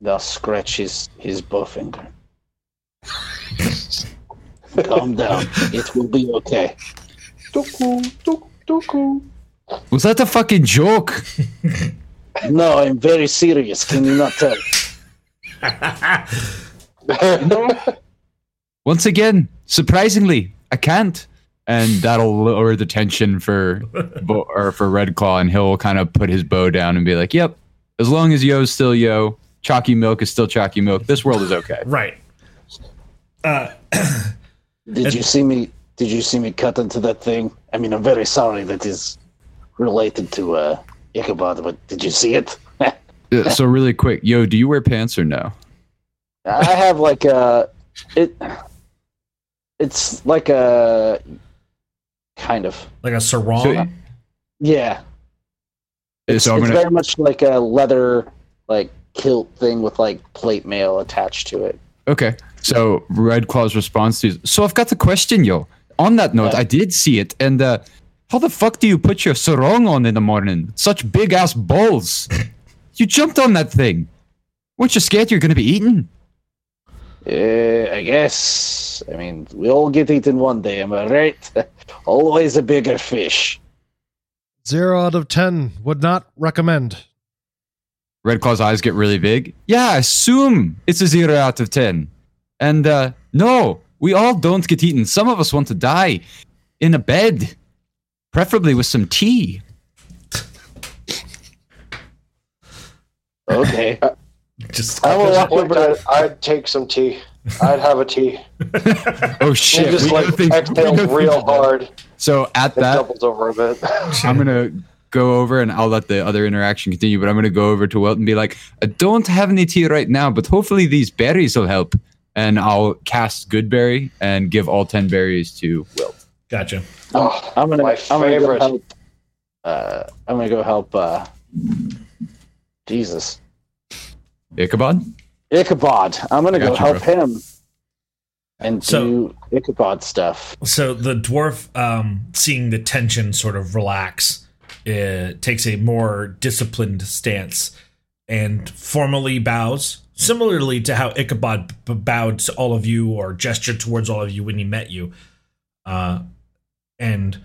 E: They'll scratch his, his bow finger. Calm down. It will be okay.
F: Dooku, dooku, dooku.
D: Was that a fucking joke?
E: No, I'm very serious. Can you not tell?
D: Once again, surprisingly, I can't. And that'll lower the tension for Bo- or for Red Claw, and he'll kind of put his bow down and be like, "Yep, as long as Yo's still Yo, Chalky Milk is still Chalky Milk. This world is okay."
A: Right. Uh,
E: Did you see me? Did you see me cut into that thing? I mean, I'm very sorry that is related to uh, Ichabod, but did you see it? I
D: Yeah, so really quick, Yo, do you wear pants or no?
E: have like a it. It's like a kind of
A: like a sarong.
D: So-
E: yeah.
D: Uh, So I'm
E: it's
D: gonna
E: very much like a leather like kilt thing with like plate mail attached to it.
D: okay. So Red Claw's response is, "So I've got a question, Yo. On that note,
E: Yeah.
D: I did see it, and uh, how the fuck do you put your sarong on in the morning? Such big ass balls. you jumped on that thing. Weren't you scared you're gonna be eaten?"
E: Uh, I guess. I mean, we all get eaten one day, am I right? Always a bigger fish.
B: Zero out of ten would not recommend.
D: Red Claw's eyes get really big. Yeah, I assume it's a zero out of ten. And uh, no, we all don't get eaten. Some of us want to die in a bed, preferably with some tea.
E: Okay.
A: Just
F: I will walk over. and I'd take some tea. I'd have a tea.
D: Oh
F: And
D: shit!
F: just
D: we
F: like
D: gotta think- we gotta
F: exhale
D: think
F: real
D: about that.
F: hard. It
D: So at that,
F: doubles over a bit.
D: I'm gonna go over and I'll let the other interaction continue. But I'm gonna go over to Welt and be like, I don't have any tea right now, but hopefully these berries will help. And I'll cast Goodberry and give all ten berries to Wilt.
A: gotcha.
F: Oh,
E: I'm gonna.
F: my
E: I'm gonna go
F: favorite.
E: help. Uh, I'm gonna go help. Uh, Jesus,
D: Ichabod.
E: Ichabod. I'm gonna
D: I got
E: go
D: you,
E: help him and
A: So-
E: do Ichabod stuff.
A: So the dwarf, um, seeing the tension sort of relax, uh, takes a more disciplined stance and formally bows, similarly to how Ichabod b- bowed to all of you or gestured towards all of you when he met you, uh, and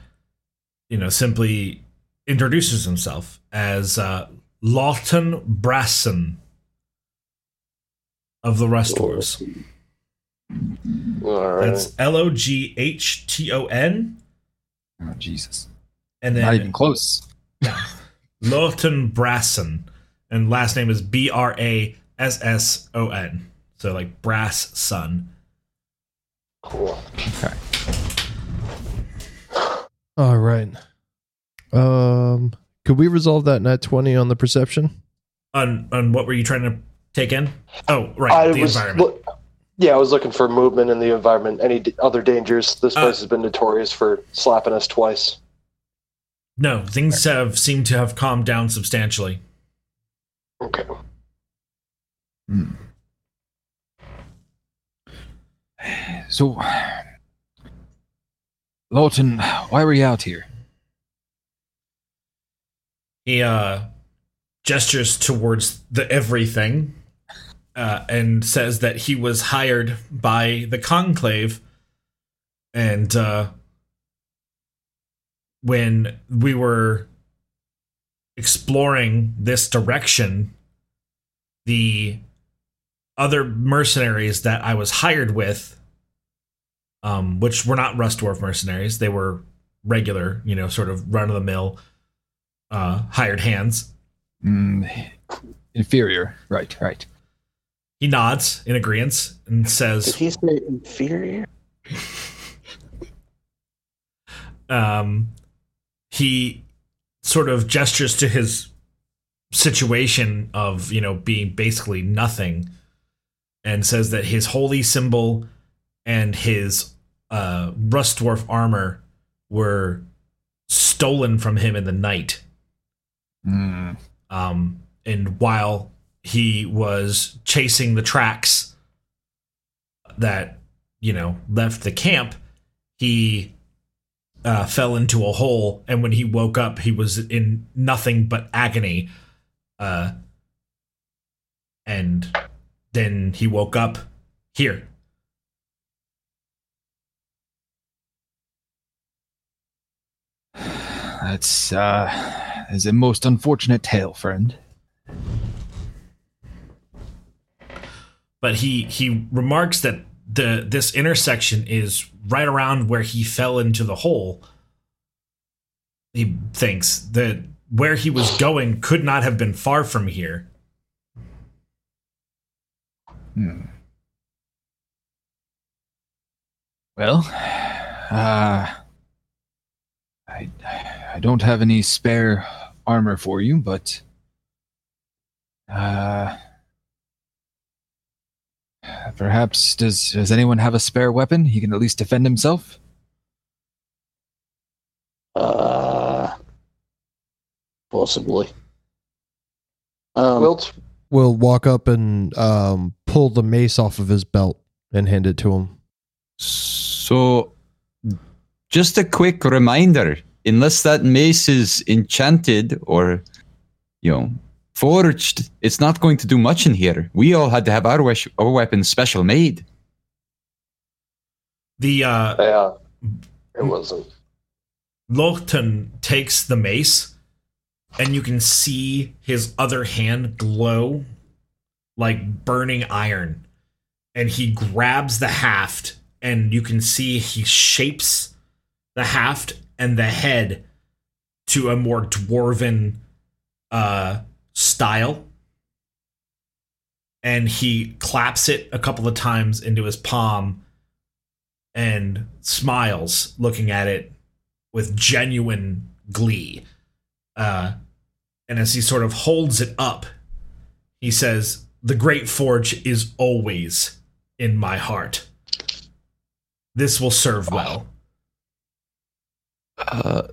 A: you know simply introduces himself as uh, Lawton Brasson of the Rust Dwarves.
F: All right.
A: That's L O G H T O N,
C: Oh, Jesus.
A: and then
C: Not even close.
A: Lawton Brasson, and last name is B R A S S O N. So like Brass Son.
F: Cool.
B: All right. Um, could we resolve that nat twenty on the perception?
A: On on what were you trying to take in? Oh, right,
F: I
A: the
F: was.
A: environment.
F: loo- yeah, I was looking for movement in the environment. Any d- other dangers? This
A: Uh,
F: place has been notorious for slapping us twice.
A: no, things have seemed to have calmed down substantially.
F: Okay.
C: So, Lawton, why were you out here?
A: He uh, gestures towards the everything uh, and says that he was hired by the conclave. And uh, when we were exploring this direction, the other mercenaries that I was hired with, um, which were not Rust Dwarf mercenaries, they were regular, you know, sort of run of the mill uh, hired hands.
C: Mm, inferior. Right, right.
A: He nods in agreement and
E: Did
A: says,
E: he say inferior?
A: um, he sort of gestures to his situation of you know being basically nothing and says that his holy symbol and his uh rust dwarf armor were stolen from him in the night
C: Mm,
A: um and while he was chasing the tracks that you know left the camp he uh, fell into a hole, and when he woke up, he was in nothing but agony. Uh, and then he woke up here.
C: that's uh, is a most unfortunate tale, friend.
A: But he he remarks that the this intersection is right around where he fell into the hole. He thinks that where he was going could not have been far from here.
C: Hmm. Well, uh, I I don't have any spare armor for you, but uh, perhaps does does anyone have a spare weapon? He can at least defend himself.
E: Uh, possibly. Um,
F: Wilt,
B: will walk up and um, pull the mace off of his belt and hand it to him.
D: So, just a quick reminder unless that mace is enchanted or, you know, forged, it's not going to do much in here. We all had to have our, wesh- our weapons special made.
A: The uh,
F: yeah, it wasn't.
A: Lochten takes the mace, and you can see his other hand glow like burning iron. And he grabs the haft, and you can see he shapes the haft and the head to a more dwarven uh, style. And he claps it a couple of times into his palm and smiles, looking at it with genuine glee. Uh, and as he sort of holds it up, he says, The Great Forge is always in my heart. This will serve well.
D: Uh,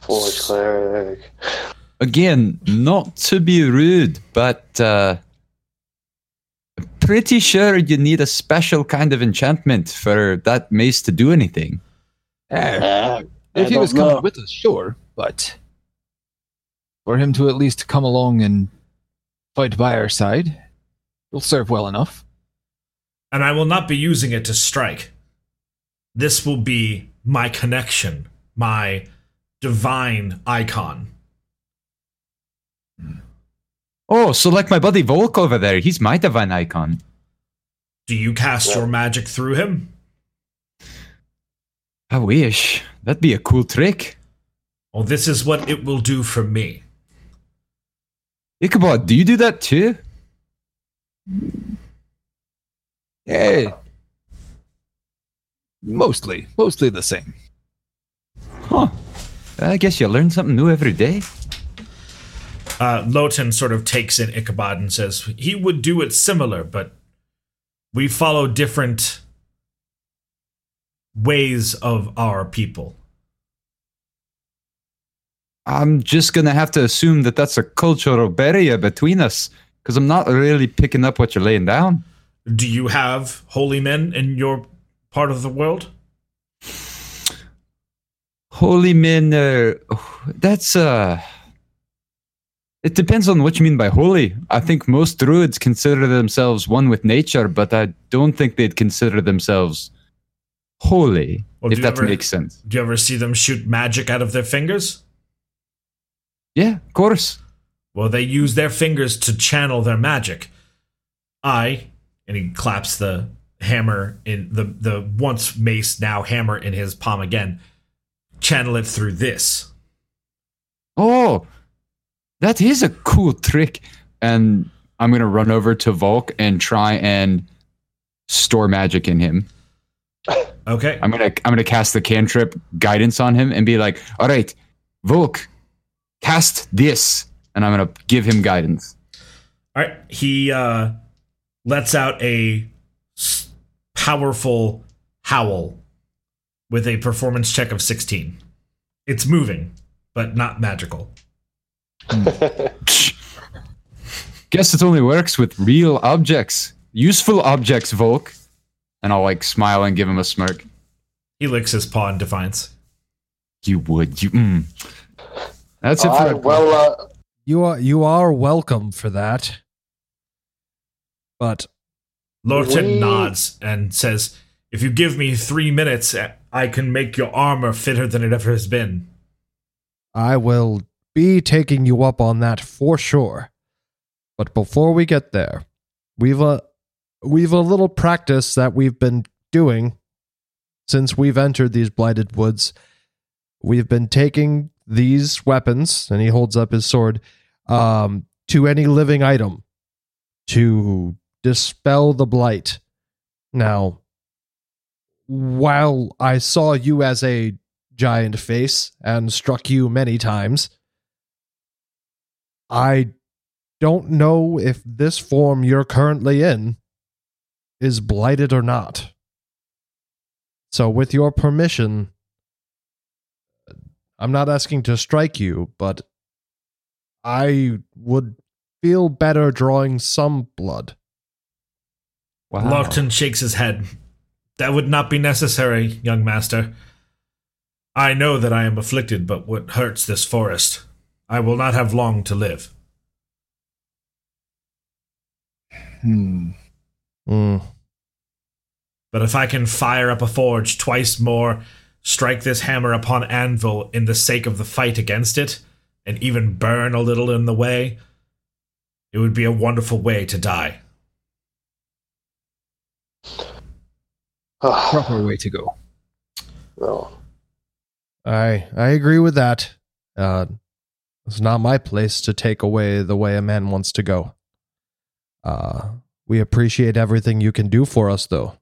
F: Forge cleric.
D: again, not to be rude, but uh, pretty sure you need a special kind of enchantment for that mace to do anything.
E: uh,
C: if
E: I
C: he
E: don't
C: was coming
E: know.
C: with us, sure, but for him to at least come along and fight by our side will serve well enough.
A: And I will not be using it to strike. This will be my connection, my divine icon.
D: Oh, so like my buddy Volk over there, he's my divine icon.
A: Do you cast your magic through him?
D: I wish. That'd be a cool trick.
A: Well, this is what it will do for me.
D: Ichabod, do you do that too?
C: Yeah. Mostly, mostly the same.
D: Huh. I guess you learn something new every day.
A: uh, Lotan sort of takes in Ichabod and says he would do it similar, but we follow different ways of our people.
D: I'm just gonna have to assume that that's a cultural barrier between us, because I'm not really picking up what you're laying down.
A: Do you have holy men in your part of the world?
D: Holy men, uh, that's uh. It depends on what you mean by holy. I think most druids consider themselves one with nature, but I don't think they'd consider themselves holy,
A: Well, do
D: if
A: you
D: that
A: ever-
D: makes sense.
A: Do you ever see them shoot magic out of their fingers?
D: Yeah, of course.
A: Well, they use their fingers to channel their magic. I, and he claps the hammer in the, the once mace, now hammer in his palm again, channel it through this.
D: oh, that is a cool trick. And I'm going to run over to Volk and try and store magic in him.
A: Okay.
D: I'm gonna I'm gonna cast the cantrip guidance on him and be like, all right, Volk, cast this, and I'm gonna give him guidance.
A: All right. He uh, lets out a s- powerful howl with a performance check of 16. It's moving, but not magical.
D: Guess it only works with real objects, useful objects, Volk. And I'll like smile and give him a smirk.
A: He licks his paw in defiance.
D: You would, you. Mm. That's it for
F: Alright,
D: that
F: well, uh,
B: You are you are welcome for that. But
A: Lorton
F: We-
A: nods and says, If you give me three minutes, I can make your armor fitter than it ever has been.
B: I will be taking you up on that for sure. But before we get there, we've a we've a little practice that we've been doing since we've entered these blighted woods. We've been taking these weapons, and he holds up his sword, um, to any living item to dispel the blight. Now, while I saw you as a giant face and struck you many times. I don't know if this form you're currently in is blighted or not. So, with your permission, I'm not asking to strike you, but I would feel better drawing some blood.
D: Wow.
A: Lorton shakes his head. That would not be necessary, young master. I know that I am afflicted, but what hurts this forest? I will not have long to live.
C: Hmm.
B: Mm.
A: But if I can fire up a forge twice more, strike this hammer upon anvil in the sake of the fight against it, and even burn a little in the way, it would be a wonderful way to die.
F: oh,
C: Proper way to go.
F: well,
B: I I agree with that. Uh, it's not my place to take away the way a man wants to go. Uh, we appreciate everything you can do for us, though,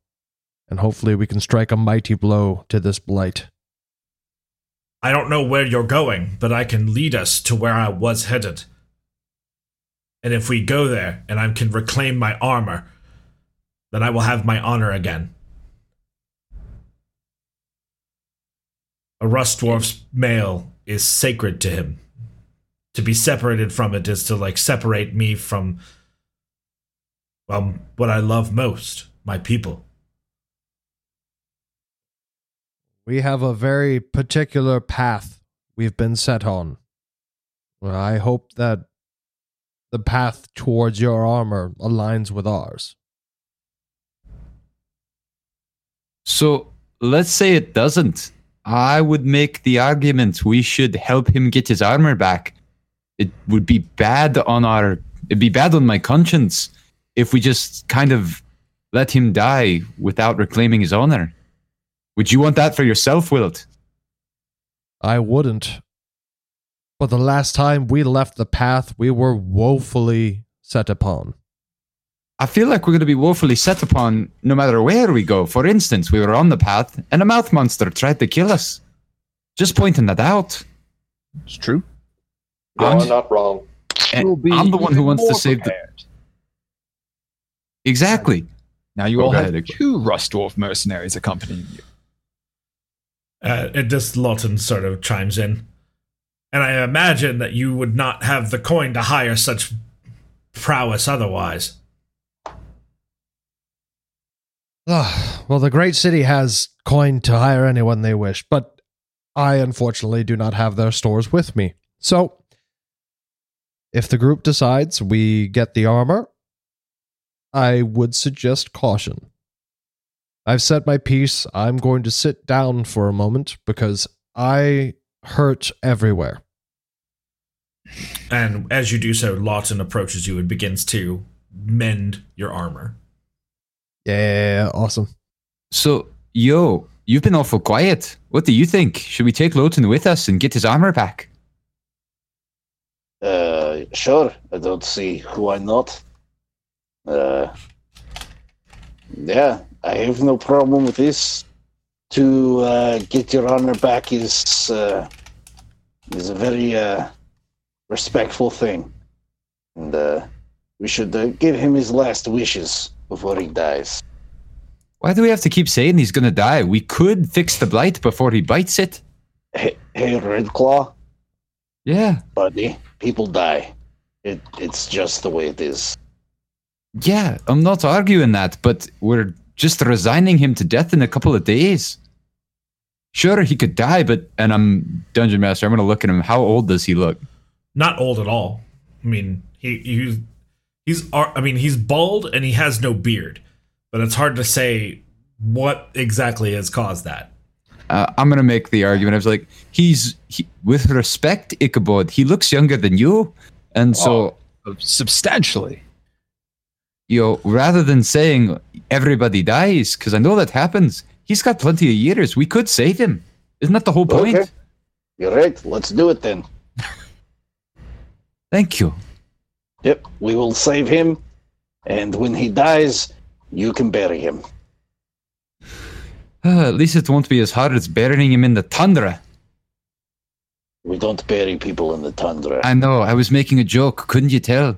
B: and hopefully we can strike a mighty blow to this blight.
A: I don't know where you're going, but I can lead us to where I was headed. And if we go there and I can reclaim my armor, then I will have my honor again. A rust dwarf's mail is sacred to him. To be separated from it is to like separate me from well what I love most, my people.
B: We have a very particular path we've been set on. Well, I hope that the path towards your armor aligns with ours.
D: So let's say it doesn't. I would make the argument we should help him get his armor back. It would be bad on our it'd be bad on my conscience if we just kind of let him die without reclaiming his honor. Would you want that for yourself, Wilt?
B: I wouldn't. But the last time we left the path, we were woefully set upon.
D: I feel like we're going to be woefully set upon no matter where we go. For instance, we were on the path and a mouth monster tried to kill us. Just pointing that out.
C: It's true.
F: you
D: I'm-
F: are not wrong.
D: And
C: You'll be
D: I'm the one who
C: even
D: wants to
C: more
D: save the-
C: prepared.
D: Exactly.
C: Now you
D: Oh,
C: all
D: go
C: have
D: ahead, Igor.
C: two Rust Dwarf mercenaries accompanying you.
A: Uh, it just Lawton sort of chimes in. And I imagine that you would not have the coin to hire such prowess otherwise.
B: Ah, well, the great city has coin to hire anyone they wish, but I unfortunately do not have their stores with me. So, if the group decides we get the armor, I would suggest caution. I've said my piece. I'm going to sit down for a moment because I hurt everywhere.
A: And as you do so, Lawton approaches you and begins to mend your armor.
B: Yeah, awesome.
D: So, yo, you've been awful quiet. What do you think? Should we take Lotan with us and get his armor back?
E: Uh, sure. I don't see why not. Uh, yeah, I have no problem with this. To uh, get your honor back is uh, is a very uh, respectful thing, and uh, we should uh, give him his last wishes before he dies.
D: Why do we have to keep saying he's gonna die? We could fix the blight before he bites it.
E: Hey, hey Red Claw,
D: Yeah,
E: buddy, people die. It it's just the way it is.
D: yeah. I'm not arguing that, but we're just resigning him to death in a couple of days. Sure, he could die, but and I'm dungeon master. I'm gonna look at him. How old does he look?
A: Not old at all. I mean, he he's he's ar- I mean, he's bald and he has no beard, but it's hard to say what exactly has caused that.
D: Uh, I'm gonna make the argument. I was like, he's he, with respect, Ichabod. He looks younger than you, and so
E: Oh.
C: uh, substantially.
D: you know, rather than saying everybody dies, because I know that happens, he's got plenty of years. We could save him. Isn't that the whole point?
E: Okay. You're right. Let's do it then.
D: Thank you.
E: Yep, we will save him, and when he dies, you can bury him.
D: Ah, at least it won't be as hard as burying him in the tundra.
E: We don't bury people in the tundra.
D: I know. I was making a joke. Couldn't you tell?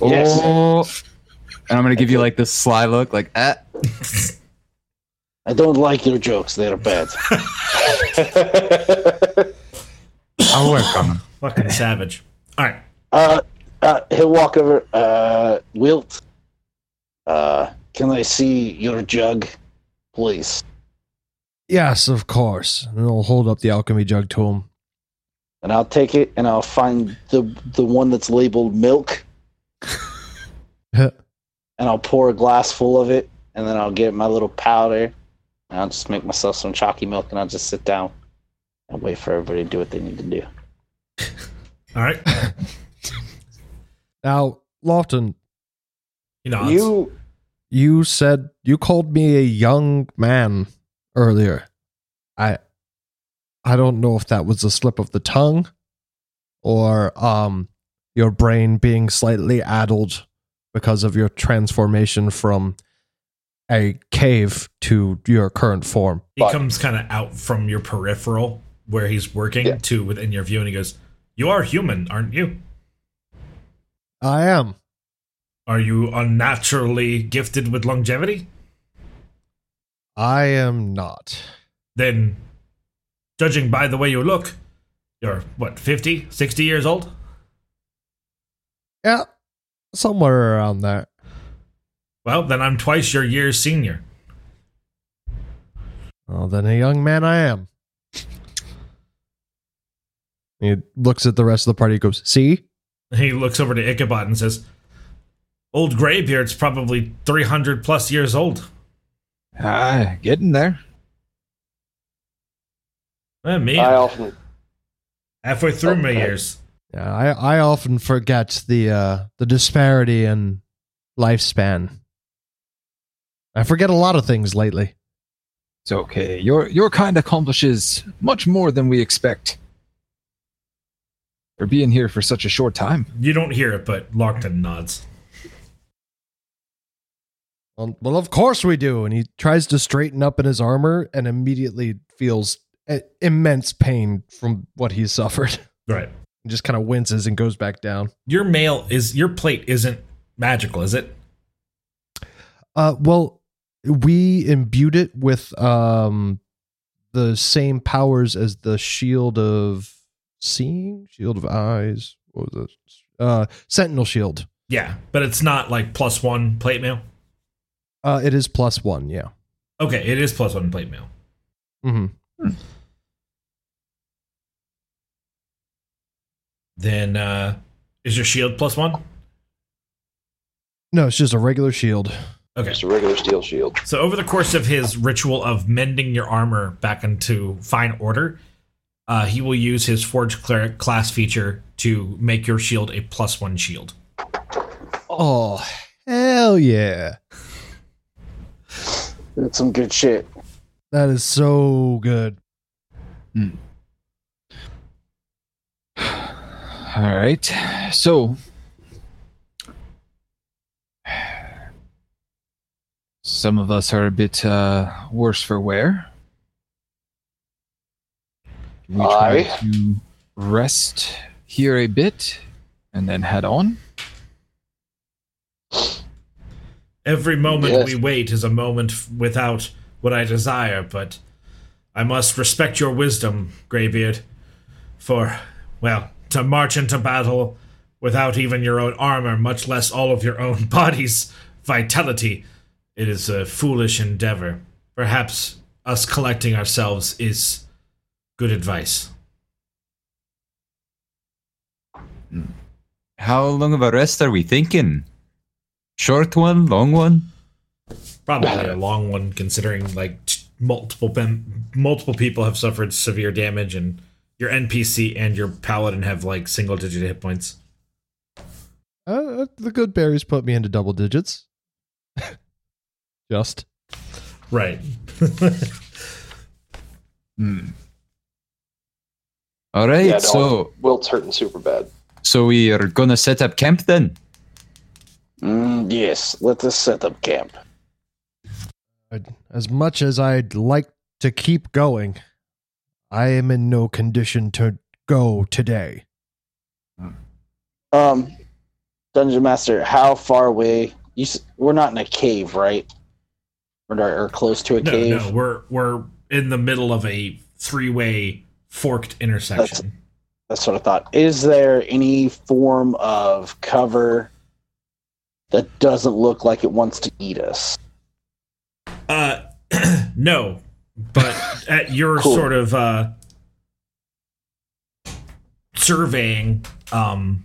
E: Yes.
D: Oh. And I'm gonna give you like this sly look, like ah.
E: I don't like your jokes; they're bad.
D: I'll work on him.
A: Fucking savage. All right.
E: Uh, uh, he'll walk over. Uh, Wilt, uh, can I see your jug, please?
B: Yes, of course. And I'll hold up the alchemy jug to him.
E: And I'll take it, and I'll find the the one that's labeled milk, and I'll pour a glass full of it, and then I'll get my little powder, and I'll just make myself some chalky milk, and I'll just sit down and wait for everybody to do what they need to do.
A: All right.
B: Now, Lawton,
A: You know, it's-
F: You
B: you said you called me a young man earlier. I I don't know if that was a slip of the tongue or um your brain being slightly addled because of your transformation from a cave to your current form.
A: he comes kind of out from your peripheral where he's working
F: Yeah.
A: to within your view, and he goes, "You are human, aren't you?
B: I am.
A: Are you unnaturally gifted with longevity?
B: I am not.
A: Then, judging by the way you look, you're what 50, 60 years old."
B: Yeah. Somewhere around there.
A: Well, then I'm twice your year's senior.
B: Well, then a young man I am. He looks at the rest of the party. Goes, see,
A: He looks over to Ichabod and says, Old Greybeard's probably 300 plus years old.
C: Ah, getting there.
A: Eh, me,
F: I often
A: halfway through my
F: Okay.
A: years.
B: yeah, I I often forget the uh, the disparity in lifespan. I forget a lot of things lately.
C: It's okay. Your your kind accomplishes much more than we expect. For being here for such a short time.
A: You don't hear it, but Lockton nods.
B: Well, well, of course we do. And he tries to straighten up in his armor and immediately feels i- immense pain from what he suffered.
A: Right.
B: And just kind of winces and goes back down.
A: Your mail is, your plate isn't magical, is it?
B: Uh, well, we imbued it with um the same powers as the shield of seeing, shield of eyes. What was it? Uh, sentinel shield.
A: Yeah, but it's not like plus one plate mail.
B: Uh, it is plus one. Yeah.
A: Okay, it is plus one plate mail.
B: Mm-hmm.
A: Then, uh, is your shield plus one?
B: No, it's just a regular shield.
A: Okay.
F: just a regular steel shield.
A: So over the course of his ritual of mending your armor back into fine order, uh, he will use his Forge Cleric class feature to make your shield a plus one shield.
B: Oh hell yeah!
E: That's some good shit.
B: That is so good.
C: All right. So some of us are a bit uh, worse for wear. Can we try
F: Aye.
C: to rest here a bit and then head on?
A: Every moment
F: Yes.
A: we wait is a moment f- without what I desire, but I must respect your wisdom, Greybeard, for, well, to march into battle without even your own armor, much less all of your own body's vitality, it is a foolish endeavor. Perhaps us collecting ourselves is good advice.
D: How long of a rest are we thinking? Short one, long one?
A: Probably a long one, considering like t- multiple pem- multiple people have suffered severe damage, and your NPC and your paladin have like single digit hit points.
B: Uh, the good berries put me into double digits. Just.
A: Right.
D: All right.
F: Yeah, no.
D: So
F: Wilt's hurting super bad.
D: so we are gonna set up camp then.
E: Mm, yes, let us set up camp.
B: I'd- As much as I'd like to keep going, I am in no condition to go today.
E: Um, Dungeon Master, how far away? You s- we're not in a cave, right? Or, or close to a
A: No,
E: cave.
A: no, we're we're in the middle of a three way forked intersection.
E: That's what I thought. Is there any form of cover that doesn't look like it wants to eat us?
A: Uh, no, but at your
E: Cool.
A: sort of uh, surveying, um,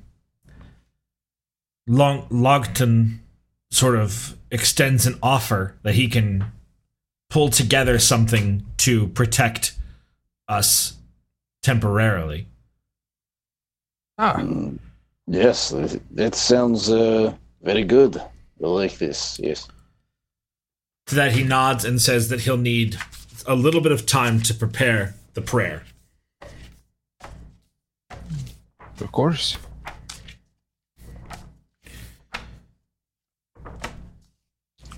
A: Long Logton sort of extends an offer that he can pull together something to protect us temporarily.
C: Ah,
E: Mm, yes, it, it sounds uh, very good. I like this. Yes.
A: To that, he nods and says that he'll need a little bit of time to prepare the prayer.
C: of course.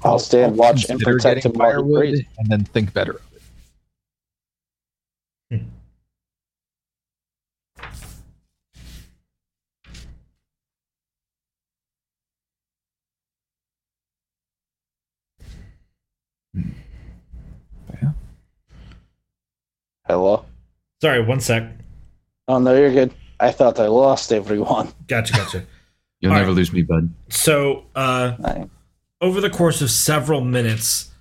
E: I'll stand watch and
C: Consider
E: protect
C: getting
E: him while he prays.
C: and then think better of it.
E: Hello.
A: Sorry, one sec.
E: Oh no, you're good. I thought I lost everyone.
A: Gotcha, gotcha.
D: You'll
A: All
D: never
A: right.
D: lose me, bud.
A: So, uh,
E: Right.
A: over the course of several minutes,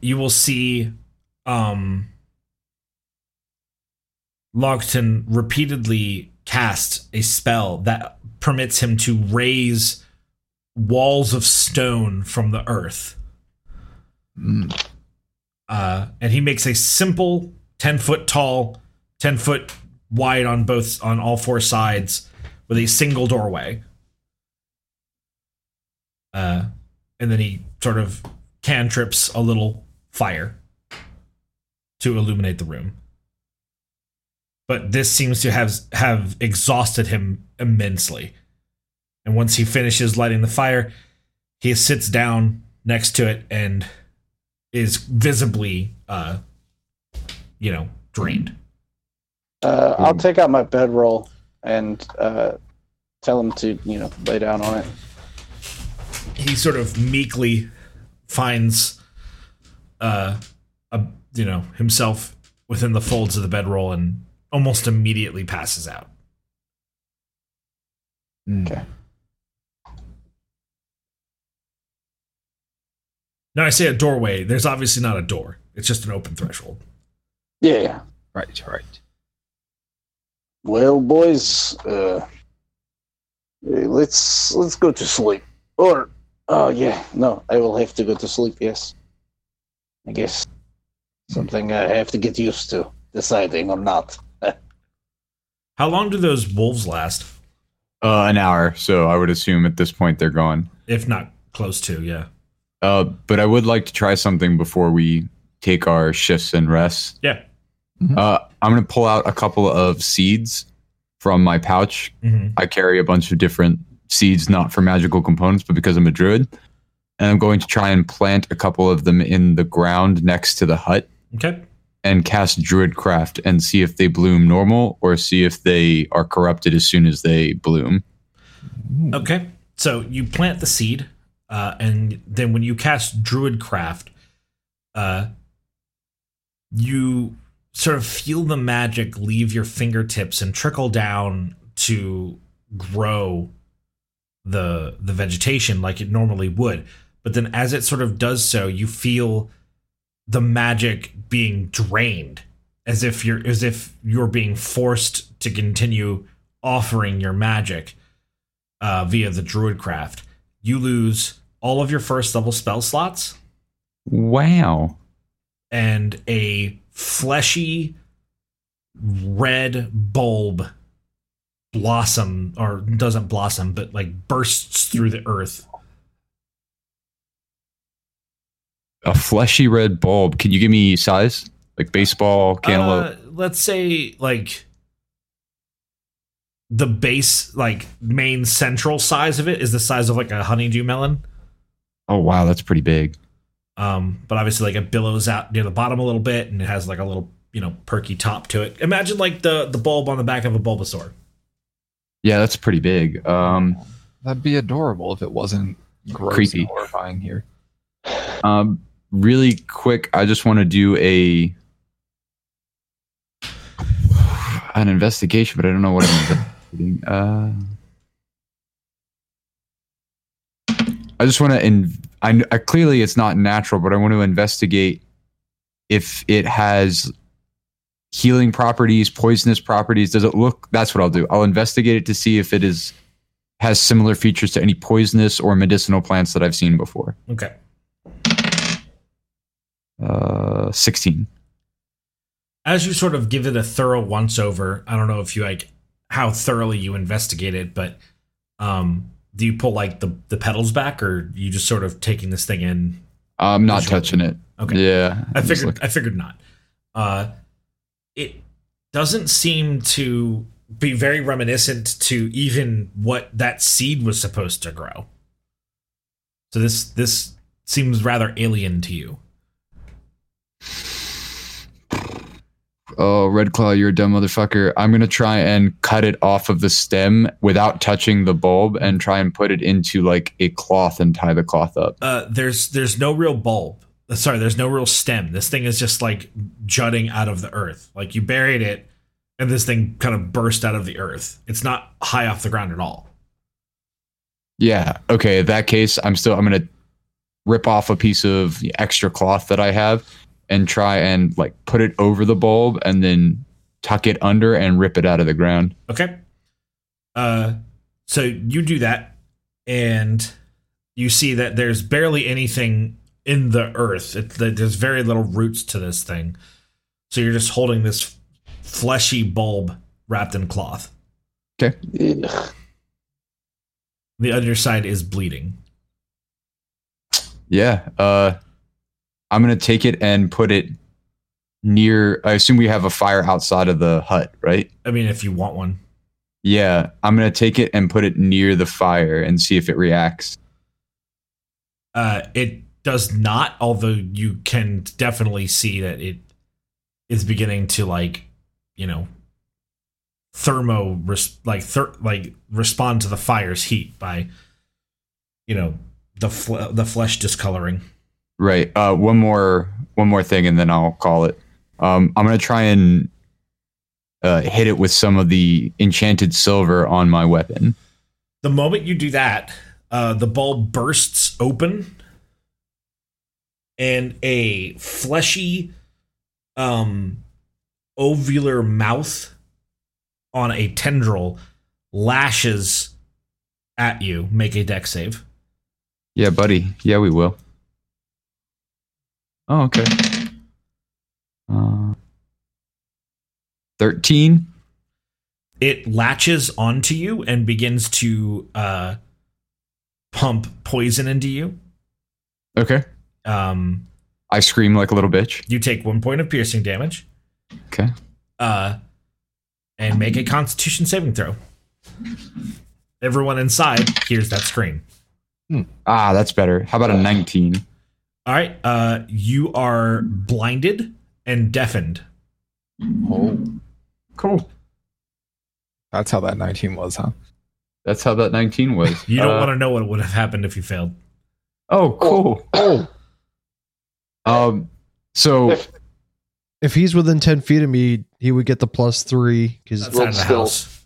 A: you will see um, Logton repeatedly cast a spell that permits him to raise walls of stone from the earth.
C: Mm.
A: Uh, and he makes a simple 10 foot tall, 10 foot wide on both on all four sides with a single doorway. Uh, and then he sort of cantrips a little fire to illuminate the room. But this seems to have have exhausted him immensely. And once he finishes lighting the fire, he sits down next to it and is visibly uh you know, drained.
E: Uh, I'll take out my bedroll and uh, tell him to you know lay down on it.
A: he sort of meekly finds uh a, you know himself within the folds of the bedroll and almost immediately passes out Hmm.
E: Okay.
A: now i say a doorway there's obviously not a door it's just an open threshold
E: Yeah. yeah.
C: Right, right.
E: Well, boys, uh, eh, let's let's go to sleep. Or, oh yeah, no, I will have to go to sleep. Yes, I guess something I have to get used to deciding or not.
A: how long do those wolves last
D: Uh, an hour. So I would assume at this point they're gone.
A: if not close to yeah
D: Uh, but I would like to try something before we take our shifts and rests.
A: yeah
D: Mm-hmm. Uh, I'm gonna pull out a couple of seeds from my pouch.
A: Mhm.
D: I carry a bunch of different seeds, not for magical components, but because I'm a druid. And I'm going to try and plant a couple of them in the ground next to the hut
A: Okay.
D: and cast Druidcraft and see if they bloom normal or see if they are corrupted as soon as they bloom.
A: Okay. So you plant the seed, uh, and then when you cast Druidcraft, uh, you sort of feel the magic leave your fingertips and trickle down to grow the the vegetation like it normally would. But then as it sort of does so, you feel the magic being drained as if you're as if you're being forced to continue offering your magic uh, via the druidcraft, you lose all of your first level spell slots
D: Wow.
A: and a fleshy red bulb blossom or doesn't blossom but like bursts through the earth
D: A fleshy red bulb. Can you give me size? Like baseball,
A: Uh,
D: cantaloupe?
A: let's say like the base like main central size of it is the size of like a honeydew melon
D: oh, wow. That's pretty big.
A: um but obviously like it billows out near the bottom a little bit and it has like a little you know perky top to it imagine like the the bulb on the back of a bulbasaur
D: Yeah, that's pretty big. Um,
C: That'd be adorable if it wasn't gross
D: Creepy.
C: and horrifying here.
D: Um, really quick, I just want to do a an investigation, but I don't know what I'm investigating. Uh, I just want to. In, I, kn- I clearly it's not natural, but I want to investigate if it has healing properties, poisonous properties. Does it look? That's what I'll do. I'll investigate it to see if it is has similar features to any poisonous or medicinal plants that I've seen before.
A: okay
D: Uh, 16.
A: as you sort of give it a thorough once over, I don't know if you like how thoroughly you investigate it, but um, do you pull like the the pedals back, or you just sort of taking this thing in?
D: I'm not
A: Visually.
D: touching it.
A: Okay,
D: Yeah.
A: I
D: I'm just
A: figured I figured not. Uh, it doesn't seem to be very reminiscent to even what that seed was supposed to grow. So this this seems rather alien to you.
D: like, oh, Red Claw, you're a dumb motherfucker. I'm going to try and cut it off of the stem without touching the bulb and try and put it into like a cloth and tie the cloth up.
A: uh, there's there's no real bulb. Uh, Sorry, there's no real stem. This thing is just like jutting out of the earth. Like you buried it, and this thing kind of burst out of the earth. It's not high off the ground at all.
D: Yeah. Okay. In that case, I'm still, I'm going to rip off a piece of extra cloth that I have and try and like put it over the bulb and then tuck it under and rip it out of the ground.
A: Okay. Uh, so you do that, and you see that there's barely anything in the earth. It, th- there's very little roots to this thing. So you're just holding this fleshy bulb wrapped in cloth.
E: Ugh.
A: The underside is bleeding.
D: Yeah. Uh, I'm going to take it and put it near. I assume we have a fire outside of the hut, right?
A: I mean, if you want one.
D: Yeah. I'm going to take it and put it near the fire and see if it reacts.
A: Uh, it does not, although you can definitely see that it is beginning to like, you know, thermo res- like ther- like respond to the fire's heat by, you know, the fle- the flesh discoloring.
D: Right. Uh, one more, one more thing, and then I'll call it. Um, I'm going to try and uh, hit it with some of the enchanted silver on my weapon.
A: The moment you do that, uh, the bulb bursts open, and a fleshy, um, ovular mouth on a tendril lashes at you. Make a deck save.
D: Yeah, buddy. Yeah, we will. Oh, okay. Uh, 13.
A: It latches onto you and begins to uh, pump poison into you.
D: Okay.
A: Um,
D: I scream like a little bitch.
A: you take one point of piercing damage.
D: Okay.
A: Uh, and make a Constitution saving throw. Everyone inside hears that scream.
D: Ah, that's better. How about a 19?
A: All right, uh, you are blinded and deafened.
D: Cool.
C: That's how that 19 was, huh?
D: That's how that 19 was.
A: You don't
D: Uh,
A: want to know what would have happened if you failed.
D: Oh, cool. Um, so
F: If-
B: If he's within ten feet of me, he would get the plus three because
A: Outside of the
F: still-
A: house.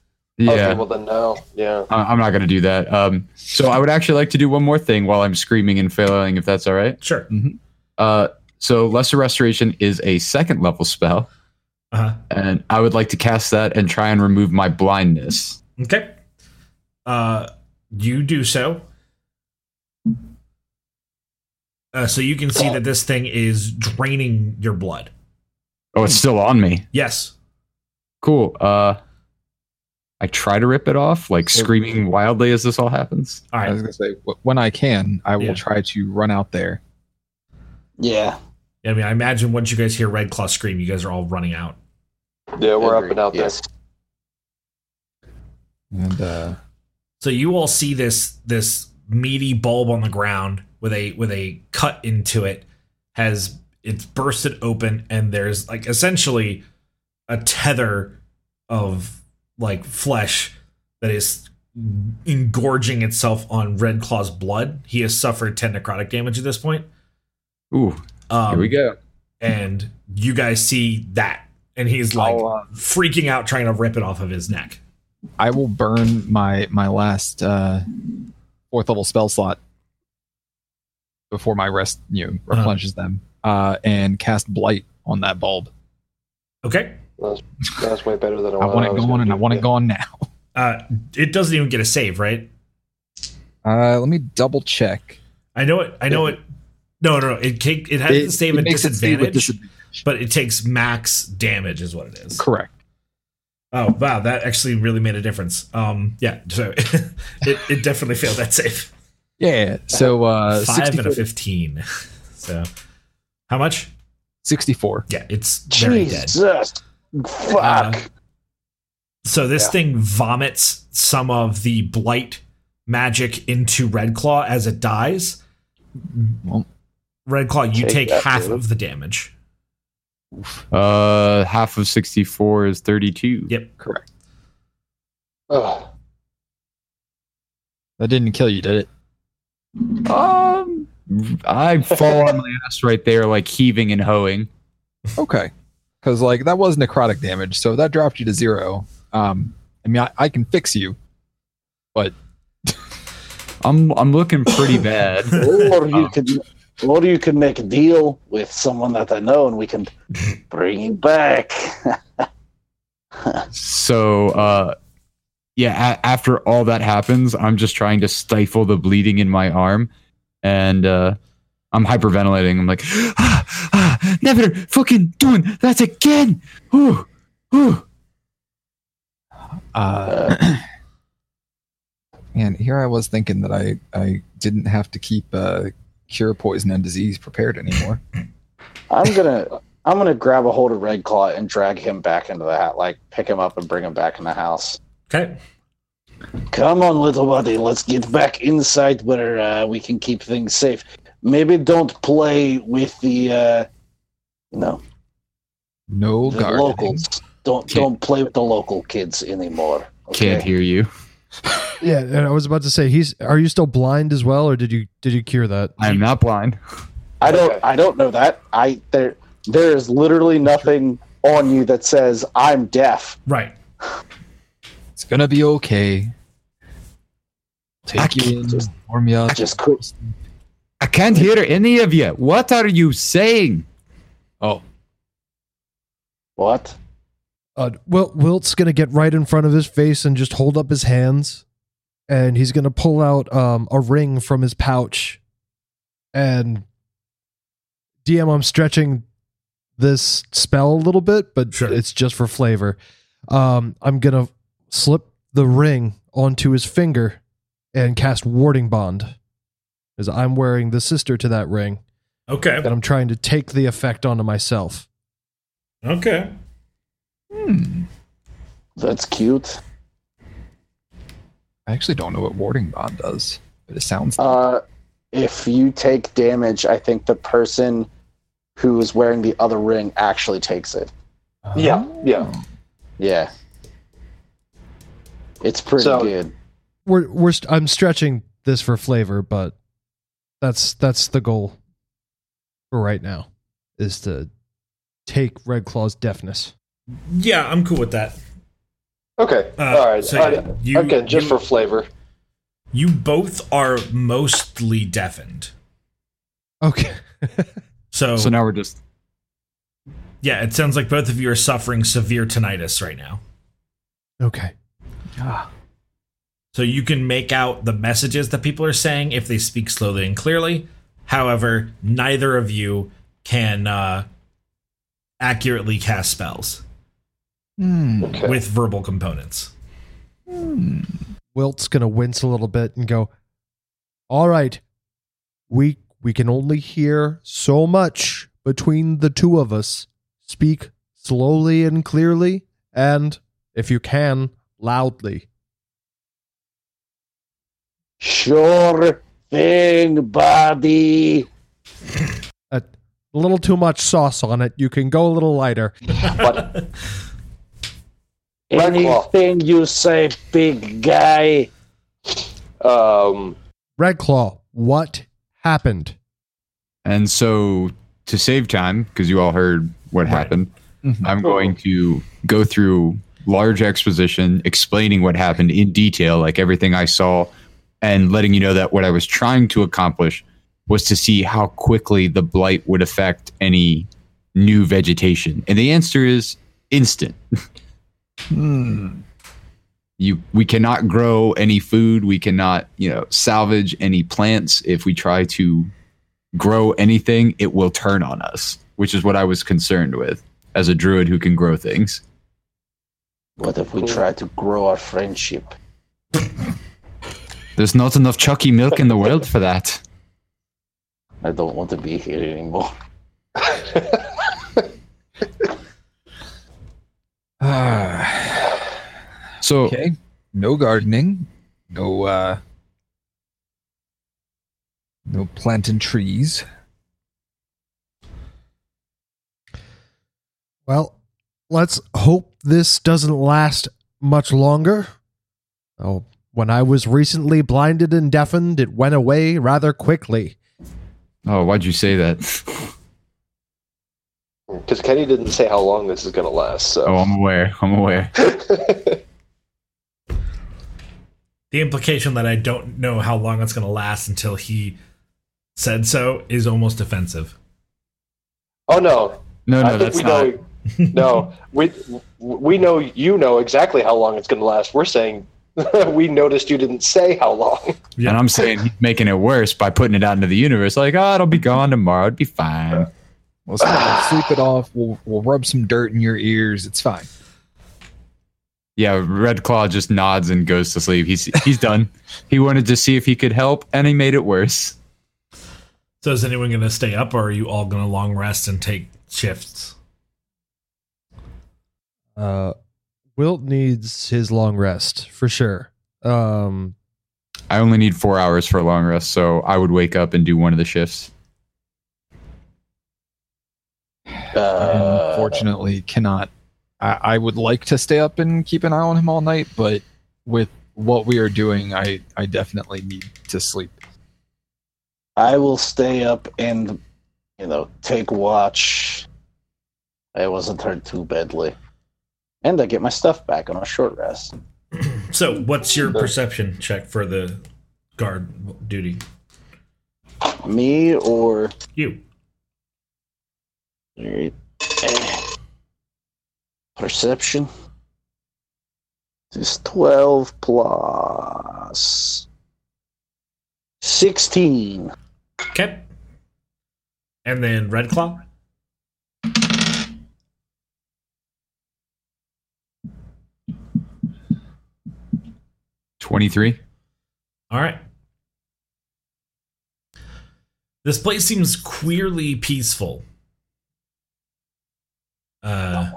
F: Okay,
D: yeah,
F: well then no. Yeah.
D: I- I'm not gonna do that. Um, so I would actually like to do one more thing while I'm screaming and failing, if that's all right.
A: Sure.
D: Uh, so lesser restoration is a second level spell,
A: Uh-huh.
D: and I would like to cast that and try and remove my blindness.
A: Okay. Uh, you do so. Uh, so you can see that this thing is draining your blood.
D: Oh, it's still on me.
A: Yes.
D: Cool. Uh, I try to rip it off, like screaming wildly as this all happens.
A: All
C: I
A: right.
C: was gonna say wh- when I can, I will
A: Yeah.
C: try to run out there.
E: Yeah.
A: I mean, I imagine once you guys hear Red Claw scream, you guys are all running out.
F: Yeah, we're up
E: Agreed,
F: and out there.
E: yes.
C: And uh,
A: So you all see this this meaty bulb on the ground with a with a cut into it has it's bursted open and there's like essentially a tether of like flesh that is engorging itself on Red Claw's blood. He has suffered 10 necrotic damage at this point.
D: Ooh,
A: Um,
D: here we go.
A: And you guys see that and he's like
C: I'll, uh,
A: freaking out trying to rip it off of his neck.
C: I will burn my my last uh, fourth level spell slot before my rest you know,
A: Uh-huh.
C: replenishes them, uh, and cast blight on that bulb.
A: Okay?
F: That's way better than
C: Oh, I want it
F: was
C: gone,
F: gonna
C: and I
F: do.
C: want it
F: Yeah.
C: gone now.
A: Uh it doesn't even get a save, right?
C: Uh, let me double check.
A: I know it. I know it. No, no, no. It take, it has to save at
C: save
A: disadvantage,
C: with disadvantage.
A: but it takes max damage, is what it is.
C: Correct.
A: Oh wow, that actually really made a difference. Um, yeah. So it, it definitely failed that save.
C: Yeah. So uh,
A: Five and a
C: 64,
A: fifteen. So how much?
C: 64.
A: Yeah, it's very dead.
E: Jesus. Fuck.
A: Uh, So this
F: Yeah.
A: thing vomits some of the blight magic into Red Claw as it dies. Mm-hmm.
C: Well.
A: Red Claw, you
F: Take
A: take,
F: that,
A: half
F: dude.
A: of the damage.
D: Uh, half of 64 is 32.
A: Yeah.
C: Correct.
F: Ugh.
C: That didn't kill you, did it?
D: Um, I fall on my ass right there, like heaving and hoeing.
C: Okay. Because, like, that was necrotic damage, so that dropped you to zero. Um, I mean, I, I can fix you.
D: I'm I'm looking pretty bad.
E: or you could or you could make a deal with someone that I know and we can bring you back.
D: So, uh, yeah. A- after all that happens, I'm just trying to stifle the bleeding in my arm, and uh, I'm hyperventilating. I'm like, ah, ah, never fucking doing that again. Ooh, ooh.
C: Uh, and here I was thinking that I, I didn't have to keep uh, cure poison and disease prepared anymore.
E: I'm gonna I'm gonna grab a hold of Red Claw and drag him back into the hat, like pick him up and bring him back in the house.
A: Okay.
E: Come on, little buddy, let's get back inside where uh, we can keep things safe. Maybe don't play with the uh, you know
C: No
E: the
C: guard.
E: locals. Don't
D: Can't-
E: don't play with the local kids anymore.
D: Can't hear you.
B: yeah. And I was about to say he's. Are you still blind as well, or did you did you cure that?
D: I'm not blind.
E: I don't.
F: Okay.
E: I don't know that. I there. There is literally nothing on you that says I'm deaf.
A: Right.
C: It's going to be okay. Take you in, warm you up.
E: Just quit.
D: I can't hear any of you. What are you saying?
C: Oh,
E: What?
B: Uh, Wil Wilt's gonna get right in front of his face and just hold up his hands, and he's gonna pull out um, a ring from his pouch, and DM, I'm stretching this spell a little bit, but
A: Sure.
B: it's just for flavor. Um, I'm gonna slip the ring onto his finger and cast warding bond, because I'm wearing the sister to that ring,
A: Okay.
B: and I'm trying to take the effect onto myself.
A: Okay.
E: That's cute.
C: I actually don't know what warding bond does, but it sounds.
E: Uh, if you take damage, I think the person who is wearing the other ring actually takes it.
F: Yeah, yeah.
E: Yeah. It's pretty
F: So-
E: good.
B: We're we're st- I'm stretching this for flavor, but that's that's the goal for right now is to take Red Claw's deafness.
A: Yeah, I'm cool with that.
F: Okay.
A: Uh,
F: All right.
A: so
F: I-
A: you-
F: again, just
A: you-
F: for flavor.
A: You both are mostly deafened.
B: Okay.
A: So,
D: So now we're just
A: yeah, it sounds like both of you are suffering severe tinnitus right now.
B: okay.
A: So you can make out the messages that people are saying if they speak slowly and clearly. However, neither of you can uh, accurately cast spells
C: Hmm.
F: Okay.
A: with verbal components.
B: Wilt's gonna wince a little bit and go, "All right, we we can only hear so much between the two of us. Speak slowly and clearly, and if you can, loudly."
E: Sure thing, buddy.
B: A little too much sauce on it. You can go a little lighter.
F: But Red Claw.
E: Anything you say, big guy.
F: um,
B: Red Claw, what happened?
D: And so, to save time, because you all heard what happened,
C: Mhm.
D: I'm going to go through large exposition explaining what happened in detail, like everything I saw, and letting you know that what I was trying to accomplish was to see how quickly the blight would affect any new vegetation. And the answer is instant.
C: Hmm.
D: You we cannot grow any food, we cannot, you know, salvage any plants if we try to grow anything, it will turn on us, which is what I was concerned with as a druid who can grow things.
E: What if we try to grow our friendship?
D: There's not enough chucky milk in the world for that.
E: I don't want to be here anymore.
C: Ah.
D: So
C: okay. No gardening. No. uh No planting trees.
B: Well, let's hope this doesn't last much longer. Oh, when I was recently blinded and deafened, it went away rather quickly.
D: Oh, why'd you say that?
F: because Kenny didn't say how long this is gonna last.
D: Oh,
F: So.
D: I'm aware. I'm aware.
A: The implication that I don't know how long it's going to last until he said so is almost offensive.
F: Oh no!
D: No,
F: I
D: no,
F: think
D: that's
F: we
D: not.
F: know. no, we we know you know exactly how long it's gonna last. We're saying we noticed you didn't say how long.
A: Yeah.
D: And I'm saying he's making it worse by putting it out into the universe. Like, oh, it'll be gone tomorrow. It'd be fine.
C: We'll sleep it off. We'll we'll rub some dirt in your ears. It's fine.
D: Yeah, Red Claw just nods and goes to sleep. He's he's done. He wanted to see if he could help, and he made it worse.
A: So is anyone going to stay up or are you all going to long rest and take shifts?
B: Uh, Wilt needs his long rest for sure. Um,
D: I only need four hours for a long rest, so I would wake up and do one of the shifts.
E: Uh,
C: unfortunately cannot. I, I would like to stay up and keep an eye on him all night, but with what we are doing, I, I definitely need to sleep.
E: I will stay up and, you know, take watch. I wasn't hurt too badly. And I get my stuff back on a short rest.
A: So what's your perception check for the guard duty?
E: Me or.
A: You.
E: Alright. Perception. This is 12 plus 16.
A: Okay. And then Red Claw?
D: Twenty three.
A: All right. This place seems queerly peaceful. Uh,